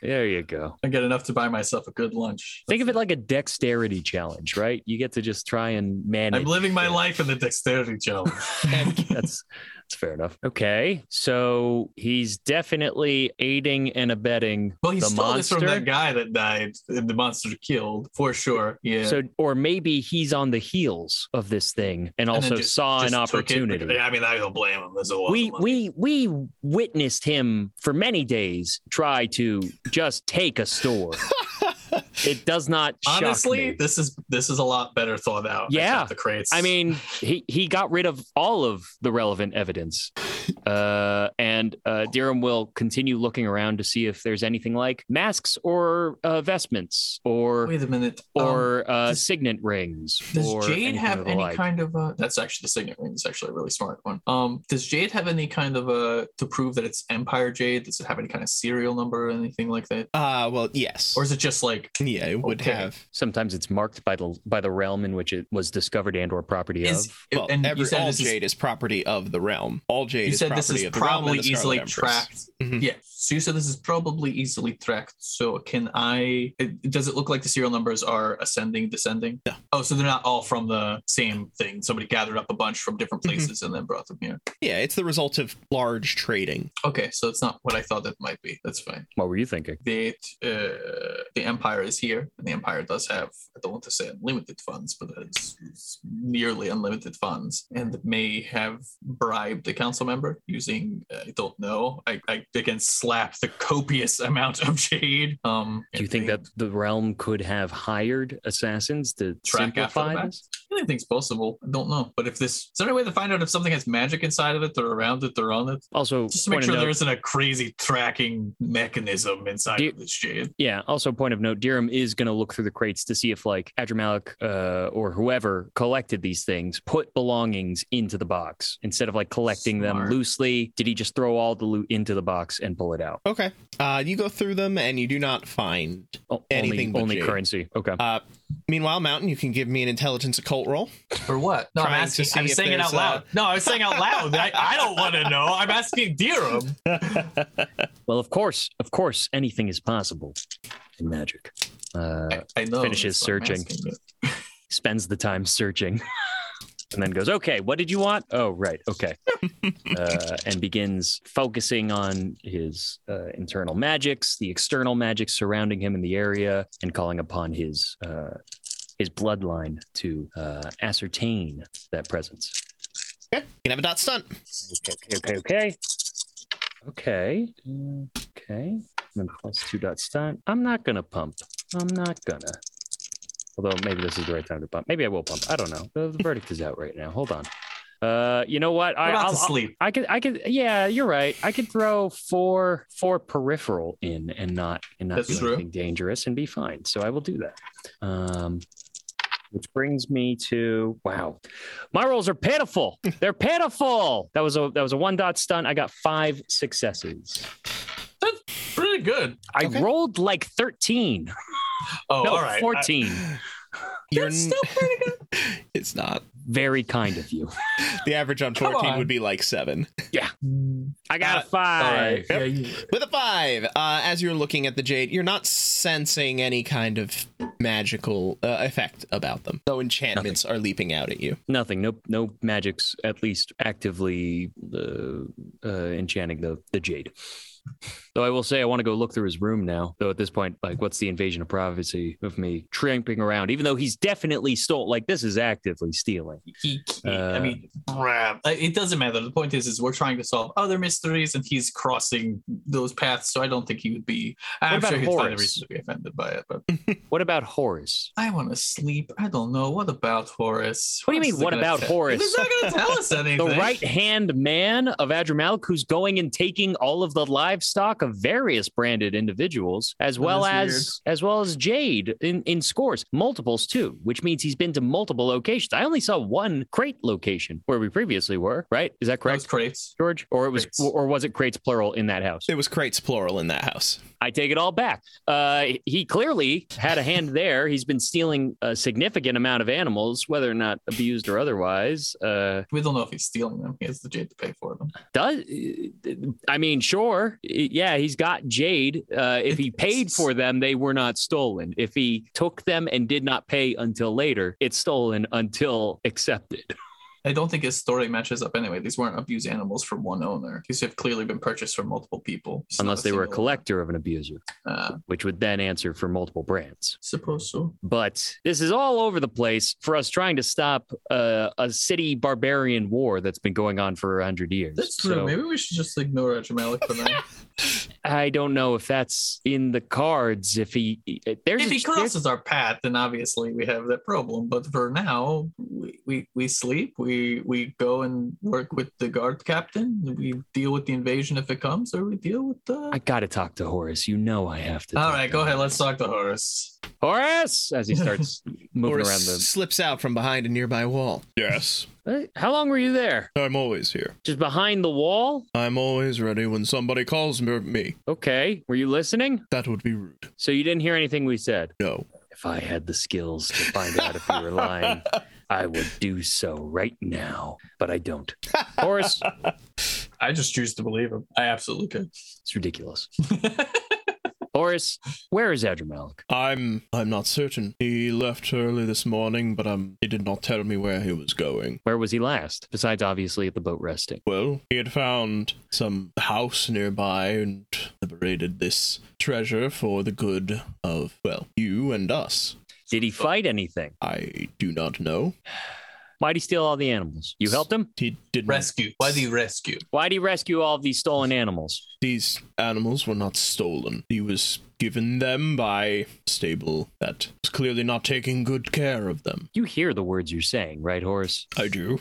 B: There you go.
C: I get enough to buy myself a good lunch.
B: Think of it like a dexterity challenge, right? You get to just try and manage.
C: I'm living my
B: it.
C: life in the dexterity challenge.
B: that's that's fair enough. Okay, so he's definitely aiding and abetting
C: Well, he
B: the
C: stole
B: monster.
C: this from that guy that died and the monster killed for sure. Yeah.
B: So, or maybe he's on the heels of this thing and
C: And then
B: also
C: just-
B: saw an
C: just took it
B: opportunity.
C: because- I mean, I don't blame him. There's a lot.
B: we
C: of money.
B: we we witnessed him for many days try to just take a store. it does not shock
C: honestly,
B: me.
C: this is this is a lot better thought out. I
B: Yeah.
C: think, the crates.
B: I mean, he, he got rid of all of the relevant evidence. Uh, and uh, Durham will continue looking around to see if there's anything like masks or uh, vestments or
C: wait a minute. um,
B: or uh,
C: does-
B: signet rings.
C: does
B: or
C: Jade
B: anything
C: have
B: of the
C: any
B: like.
C: kind of uh That's actually the signet ring. It's actually a really smart one. Um, does Jade have any kind of uh to prove that it's Empire Jade? Does it have any kind of serial number or anything like that?
A: Ah, well, yes.
C: Or is it just like
A: yeah, it would
C: Okay.
A: have.
B: Sometimes it's marked by the by the realm in which it was discovered and or property
C: is
B: of.
A: Well,
C: and
A: every,
C: you said
A: all
C: this is
A: jade is, property of the realm. All jade
C: you
A: is
C: said
A: property
C: this is
A: of the realm.
C: probably
A: and the Scarlet
C: easily
A: Empress.
C: tracked.
A: Mhm.
C: Yeah. So you said this is probably easily tracked. So can I? It, does it look like the serial numbers are ascending, descending?
A: No.
C: Oh, so they're not all from the same thing. Somebody gathered up a bunch from different
A: Mhm.
C: places and then brought them here.
A: Yeah, it's the result of large trading.
C: Okay, so it's not what I thought it might be. That's fine.
B: What were you thinking?
C: The uh, the empire is here, and the empire does have. I don't want to say unlimited funds, but it's, it's nearly unlimited funds, and may have bribed a council member using. uh, I don't know. I, I again slap the copious amount of jade. Um,
B: Do you think that the realm could have hired assassins to
C: Track after the
B: simplify
C: fact?
B: this?
C: anything's possible? I don't know. But if this is there any way to find out if something has magic inside of it, or around it, or on it?
B: Also,
C: Just to make
B: point of
C: sure
B: note-
C: there isn't a crazy tracking mechanism inside
B: Do-
C: of this jade.
B: Yeah. Also, point of note, Durham is going to look through the crates to see if, like, Adramalic uh, or whoever collected these things put belongings into the box instead of like collecting them
C: Smart.
B: loosely. Did he just throw all the loot into the box and pull it out?
A: Okay. Uh, you go through them and you do not find.
B: Oh,
A: Anything
B: only
A: but
B: only
A: jade.
B: currency. Okay.
A: Uh, meanwhile, Mountain, you can give me an intelligence occult roll.
C: For what? No, I'm
A: Trying to
C: asking.
A: see
C: I'm
A: if
C: saying it
A: there's,
C: out loud.
A: uh,
C: No, I'm saying out loud. I, I don't want to know. I'm asking Dirham.
B: well, of course, of course, anything is possible in magic. Uh,
C: I know.
B: Finishes
C: that's why I'm
B: searching.
C: asking it.
B: spends the time searching and then goes, okay, what did you want? Oh, right. Okay. uh, and begins focusing on his uh, internal magics, the external magics surrounding him in the area, and calling upon his. Uh, his bloodline to uh, ascertain that presence.
A: Okay. You can have a dot stunt.
B: Okay, okay, okay, okay, okay. Uh, okay. And then plus two dot stunt. I'm not gonna pump. I'm not gonna. Although maybe this is the right time to pump. Maybe I will pump. I don't know. The, the verdict is out right now. Hold on. Uh, you know what? I,
C: We're about
B: I'll,
C: to sleep.
B: I could, I could, yeah, you're right. I could throw four, four peripheral in and not, and not
C: That's
B: do
C: true.
B: anything dangerous and be fine. So I will do that. Um, which brings me to wow, my rolls are pitiful. They're pitiful. That was a that was a one dot stunt. I got five successes.
C: Pretty good.
B: I
A: Okay.
B: rolled like thirteen.
C: Oh,
B: no,
C: all right.
B: fourteen.
A: You're
C: That's
A: n-
C: still pretty good.
A: it's not.
B: Very kind of you.
A: The average on
C: Come
A: 14
C: on.
A: would be like seven.
B: I got a
C: All
B: five.
C: right. Yeah, you were.
A: With a five, uh, as you're looking at the jade, you're not sensing any kind of magical uh, effect about them. Though enchantments are leaping out at you.
B: Nothing. No no magics. At least actively uh, uh, enchanting the the jade. Though I will say I want to go look through his room now. Though at this point, like, what's the invasion of privacy of me tramping around? Even though he's definitely stole. Like this is actively stealing.
C: He, he- I
B: Uh,
C: mean, crap. I- Uh, It doesn't matter. The point is, is we're trying to solve other mysteries, and he's crossing those paths. So I don't think he would be. I'm
B: about
C: sure he'd find a
B: Horus?
C: reason to be offended by it. But
B: What about Horace?
C: I want to sleep. I don't know. What about Horace?
B: What do you
C: else
B: mean,
C: is it
B: what
C: gonna
B: about
C: tell-
B: Horus?
C: He's not going to tell us anything.
B: the right hand man of Adramalic, who's going and taking all of the livestock of various branded individuals, as
C: That
B: well
C: is
B: as as well as Jade in, in scores, multiples too, which means he's been to multiple locations. I only saw one crate location where we previously were, right? Is that
C: Those
B: correct,
C: crates.
B: George? Or it was
C: crates.
B: or- or was it crates plural in that house?
A: It was crates plural in that house.
B: I take it all back. Uh, he clearly had a hand there. He's been stealing a significant amount of animals, whether or not abused or otherwise. Uh,
C: we don't know if he's stealing them. He has the jade to pay for them.
B: does I mean, sure, yeah, he's got jade. Uh, if he paid for them, they were not stolen. If he took them and did not pay until later, it's stolen until accepted.
C: I don't think his story matches up anyway. These weren't abused animals from one owner. These have clearly been purchased from multiple people. It's not
B: Unless they were a
C: single owner.
B: collector of an abuser,
C: Uh,
B: which would then answer for multiple brands.
C: suppose so.
B: but this is all over the place for us trying to stop uh, a city barbarian war that's been going on for 100 years.
C: That's true.
B: So
C: Maybe we should just ignore Jamalik for now.
B: I don't know if that's in the cards. If he, there's,
C: if he
B: there's-
C: crosses our path, then obviously we have that problem. But for now, we, we, we sleep, we, we go and work with the guard captain, we deal with the invasion if it comes, or we deal with the.
B: I got to talk to Horace. You know I have to.
C: All
B: talk
C: right,
B: to
C: go ahead.
B: him.
C: Let's talk to Horace.
B: Horace, as he starts moving
A: Boris
B: around the.
A: slips out from behind a nearby wall. Yes.
B: Eh, How long were you there?
A: I'm always here.
B: Just behind the wall?
A: I'm always ready when somebody calls me- me.
B: Okay. Were you listening?
A: That would be rude.
B: So you didn't hear anything we said?
A: No.
B: If I had the skills to find out if you were lying, I would do so right now, but I don't. Horace,
C: I just choose to believe him. I absolutely could.
B: it's ridiculous. Horace, where is Adramalik?
A: I'm I'm not certain. He left early this morning, but um he did not tell me where he was going.
B: Where was he last? Besides, obviously, at the boat resting.
A: Well, he had found some house nearby and liberated this treasure for the good of well, you and us.
B: Did he fight anything?
A: I do not know.
B: Why'd he steal all the animals? You helped him?
A: He did not
C: Rescue. Why the rescue?
B: Why'd he rescue all of these stolen animals?
A: These animals were not stolen. He was given them by stable that was clearly not taking good care of them.
B: You hear the words you're saying, right, Horace?
A: I do.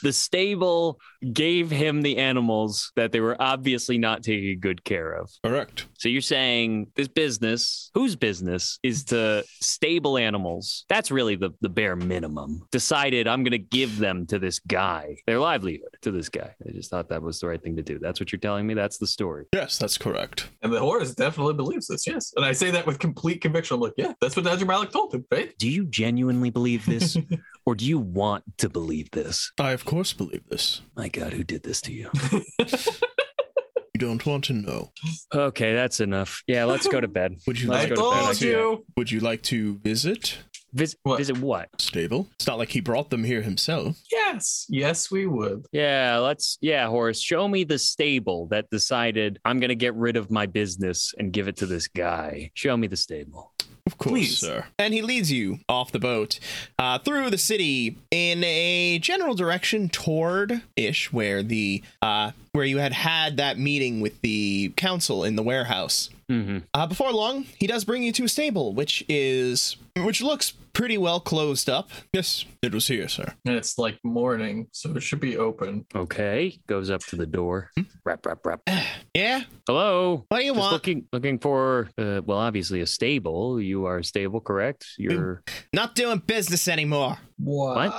B: The stable gave him the animals that they were obviously not taking good care of.
A: Correct.
B: So you're saying this business, whose business is to stable animals? That's really the, the bare minimum. Decided I'm going to give them to this guy, their livelihood to this guy. I just thought that was the right thing to do. That's what you're telling me. That's the story.
A: Yes, that's correct.
C: And the Horus definitely believes this, yes. And I say that with complete conviction. I'm like, yeah, that's what Dr. Malik told him, right?
B: Do you genuinely believe this or do you want to believe this?
A: I, of course, believe this.
B: My God, who did this to you?
A: You don't want to know.
B: Okay, that's enough. Yeah, let's go to bed.
A: Would you
B: Let's
C: I
A: like?
B: go to bed.
C: told you.
A: Would you like to visit
B: Vis-
C: What?
B: Visit what?
A: stable? It's not like he brought them here himself.
C: Yes. Yes, we would.
B: Yeah, let's. Yeah, Horace, show me the stable that decided I'm going to get rid of my business and give it to this guy. Show me the stable.
A: Of course,
C: Please.
A: sir. And he leads you off the boat uh, through the city in a general direction toward ish where the uh, where you had had that meeting with the council in the warehouse.
B: Mm-hmm.
A: Uh, before long, he does bring you to a stable, which is which looks pretty well closed up. Yes, it was here, sir.
C: And it's like morning, so it should be open.
B: Okay, goes up to the door. Rap, rap, rap.
A: Yeah,
B: Hello.
A: what do you
B: Just
A: want?
B: looking, looking for. Uh, well, obviously a stable. You are stable, correct? You're.
A: Not doing business anymore.
C: Why?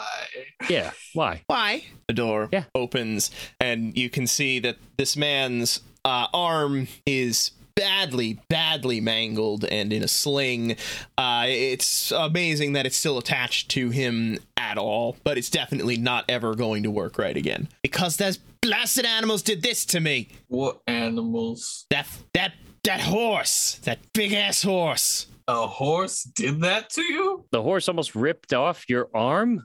B: Yeah. Why?
A: Why? The door
B: Yeah.
A: opens, and you can see that this man's uh, arm is badly, badly mangled and in a sling. Uh, it's amazing that it's still attached to him at all, but it's definitely not ever going to work right again because those blasted animals did this to me.
C: What animals?
A: That that that horse, that big ass horse.
C: A horse did that to you?
B: The horse almost ripped off your arm.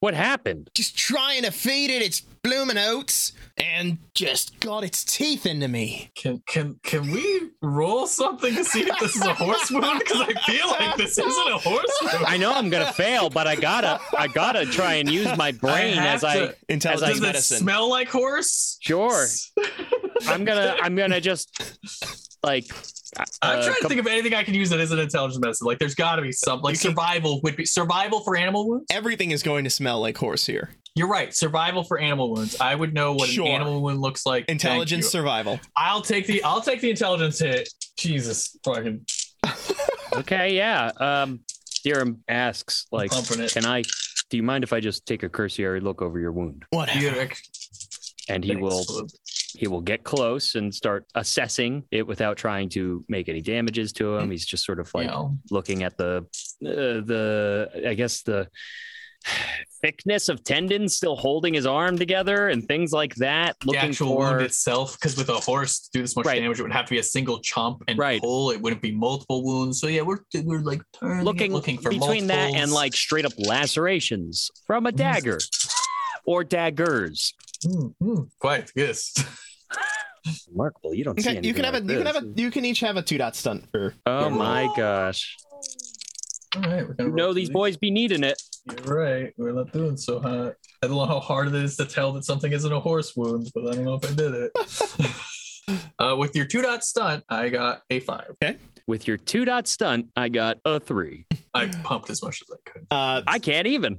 B: What happened?
A: Just trying to feed it its bloomin' oats, and just got its teeth into me.
C: Can can can we roll something to see if this is a horse wound? Because I feel like this isn't a horse wound.
B: I know I'm gonna fail, but I gotta, I gotta try and use my brain
C: have
B: as I.
C: to-
A: Intelligence
C: Does it
A: medicine.
C: smell like horse?
B: Sure. I'm gonna I'm gonna just like
C: I'm
B: uh,
C: trying to
B: com-
C: think of anything I can use that isn't intelligence medicine. Like, there's got to be some. Like,
A: You can-
C: survival would be survival for animal wounds.
A: everything is going to smell like horse here.
C: You're right. Survival for animal wounds. I would know what
A: Sure.
C: an animal wound looks like. Thank
A: Intelligence
C: you.
A: survival.
C: I'll take the. I'll take the intelligence hit. Jesus, fucking
B: okay yeah um Dirham asks like
C: Pumping it.
B: can I Do you mind if I just take a cursory look over your wound?
A: Whatever.
C: You're ex-
B: And he will
C: excellent.
B: he will get close and start assessing it without trying to make any damages to him. He's just sort of like
C: You know,
B: looking at the uh, the I guess the thickness of tendons still holding his arm together and things like that.
C: the
B: Looking
C: actual
B: for
C: wound itself, because with a horse to do this much
B: Right.
C: damage, it would have to be a single chomp and
B: Right.
C: pull. It wouldn't be multiple wounds. So yeah, we're we're like turning it,
B: looking,
C: looking for
B: between that and
C: multiples.
B: like straight up lacerations from a dagger or daggers.
C: Mm, mm, quite yes.
B: Remarkable, you don't see
A: Okay,
B: anything
A: you can have a
B: like
A: you can have a
B: this.
A: you can each have a two dot stunt for
B: Oh my gosh!
C: All right, we're gonna
B: You know
C: roll
B: these
C: two
B: boys be needing it.
C: You're right. We're not doing so hot. I don't know how hard it is to tell that something isn't a horse wound, but I don't know if I did it. uh, with your two dot stunt, I got a five.
B: With your two dot stunt, I got a three.
C: I pumped as much as I could.
A: uh
B: I can't even.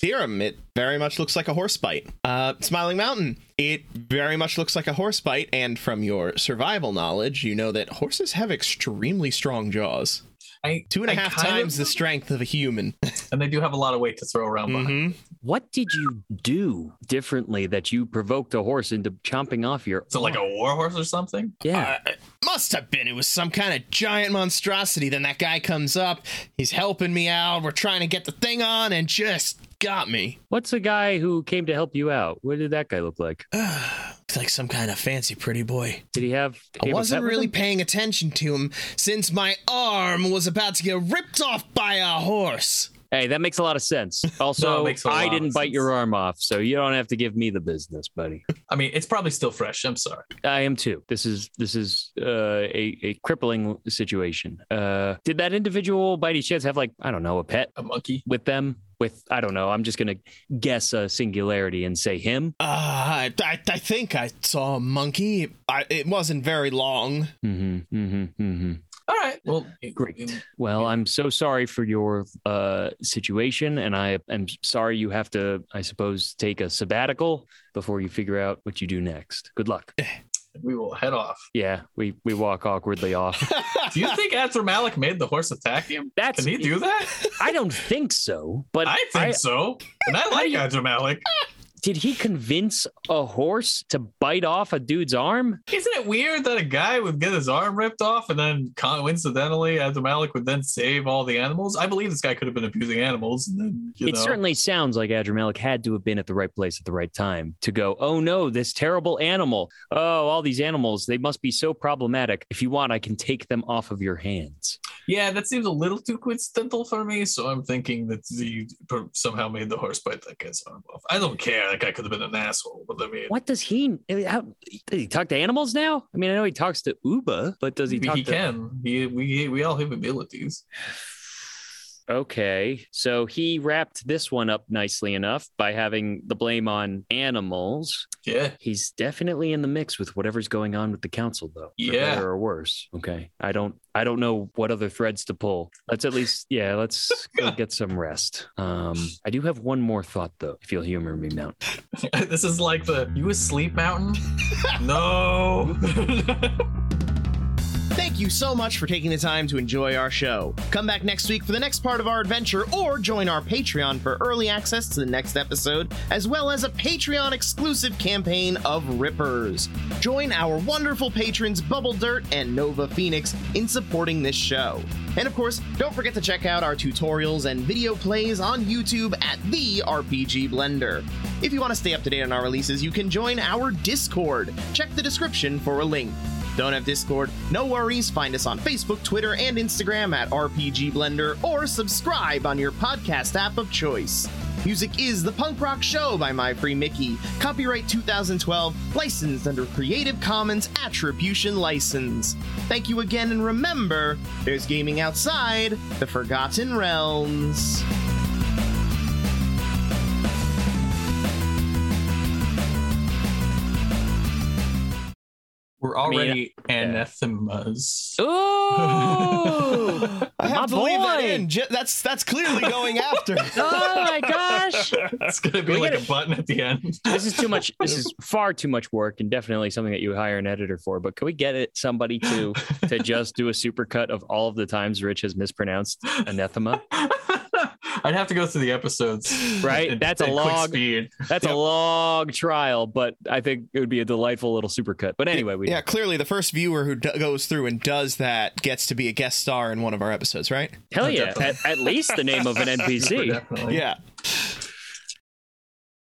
A: theorem. It very much looks like a horse bite. Uh Smiling Mountain. It very much looks like a horse bite, and from your survival knowledge, you know that horses have extremely strong jaws.
C: I,
A: Two and a
C: I
A: half
C: kind of-
A: times the strength of a human.
C: and they do have a lot of weight to throw around behind.
A: Mhm.
B: What did you do differently that you provoked a horse into chomping off your?
C: So like a war horse or something?
B: yeah.
A: Uh, it must have been. It was some kind of giant monstrosity. Then that guy comes up. He's helping me out. We're trying to get the thing on, and just got me.
B: What's the guy who came to help you out? What did that guy look like?
A: Looks like some kind of fancy pretty boy.
B: Did he have?
A: I
B: he have a pet
A: wasn't
B: with
A: really
B: him?
A: paying attention to him since my arm was about to get ripped off by a horse.
B: Hey, that makes a lot of sense.
C: No,
B: Also,
C: it makes a
B: I
C: lot of
B: didn't bite
C: sense.
B: your arm off, so you don't have to give me the business, buddy.
C: I mean, it's probably still fresh. I'm sorry.
B: I am too. This is this is uh, a a crippling situation. Uh, did that individual by any chance have like I don't know a pet
C: A monkey.
B: with them? With I don't know. I'm just gonna guess a singularity and say him.
A: Uh, I, I, I think I saw a monkey. I, it wasn't very long.
B: Mm-hmm, mm-hmm, mm-hmm.
C: All right. Well,
B: Great. Well, I'm so sorry for your uh, situation, and I am sorry you have to, I suppose, take a sabbatical before you figure out what you do next. Good luck.
C: We will head off.
B: Yeah, we we walk awkwardly off.
C: Do you think Azra Malik made the horse attack him?
B: That's
C: Can he do that?
B: I don't think so. But
C: I think so. And I like Azra Malik.
B: did he convince a horse to bite off a dude's arm?
C: Isn't it weird that a guy would get his arm ripped off and then coincidentally Abdul Malik would then save all the animals? I believe this guy could have been abusing animals. And then, you
B: it
C: know,
B: certainly sounds like Adramelic had to have been at the right place at the right time to go, oh no, this terrible animal. Oh, all these animals, they must be so problematic. If you want, I can take them off of your hands.
C: Yeah, that seems a little too coincidental for me. So I'm thinking that he per- somehow made the horse bite that guy's arm off. I don't care. That guy could have been an asshole. But I mean,
B: What does he? How, does he talk to animals now? I mean, I know he talks to Uba, but does he
C: maybe
B: talk
C: he
B: to?
C: can. He, we, we all have abilities.
B: Okay, so he wrapped this one up nicely enough by having the blame on animals.
C: Yeah.
B: He's definitely in the mix with whatever's going on with the council, though. for
C: Yeah.
B: better or worse. Okay, I don't, I don't know what other threads to pull. Let's at least, yeah, let's go get some rest. Um, I do have one more thought though, if you'll humor me, Mount.
C: this is like the you asleep mountain? no.
D: Thank you so much for taking the time to enjoy our show. Come back next week for the next part of our adventure, or join our Patreon for early access to the next episode, as well as a Patreon exclusive campaign of Rippers. Join our wonderful patrons Bubble Dirt and Nova Phoenix in supporting this show. And of course, don't forget to check out our tutorials and video plays on YouTube at The RPG Blender. If you want to stay up to date on our releases, you can join our Discord. Check the description for a link. Don't have Discord? No worries. Find us on Facebook, Twitter, and Instagram at RPG Blender or subscribe on your podcast app of choice. Music is The Punk Rock Show by My Free Mickey. Copyright 2012, licensed under Creative Commons Attribution License. Thank you again, and remember there's gaming outside the Forgotten Realms.
C: We're
B: mean,
C: already anathemas.
B: Ooh!
A: I
B: My
A: have to leave that
B: boy!
A: in. Ju- That's that's clearly going after.
B: oh my gosh!
C: It's gonna be
B: We
C: like a
B: gotta-
C: button at the end.
B: this is too much this is far too much work and definitely something that you hire an editor for but can we get it somebody to to just do a supercut of all of the times rich has mispronounced anathema
C: I'd have to go through the episodes.
B: Right?
C: in-
B: That's a
C: in quick
B: log.
C: Speed.
B: That's a long trial, but I think it would be a delightful little supercut. But anyway, we
A: yeah, clearly the first viewer who d- goes through and does that gets to be a guest star in one of our episodes, right?
B: hell
C: Oh,
B: yeah, at,
C: definitely.
B: at least the name of an NPC.
C: Definitely.
A: Yeah.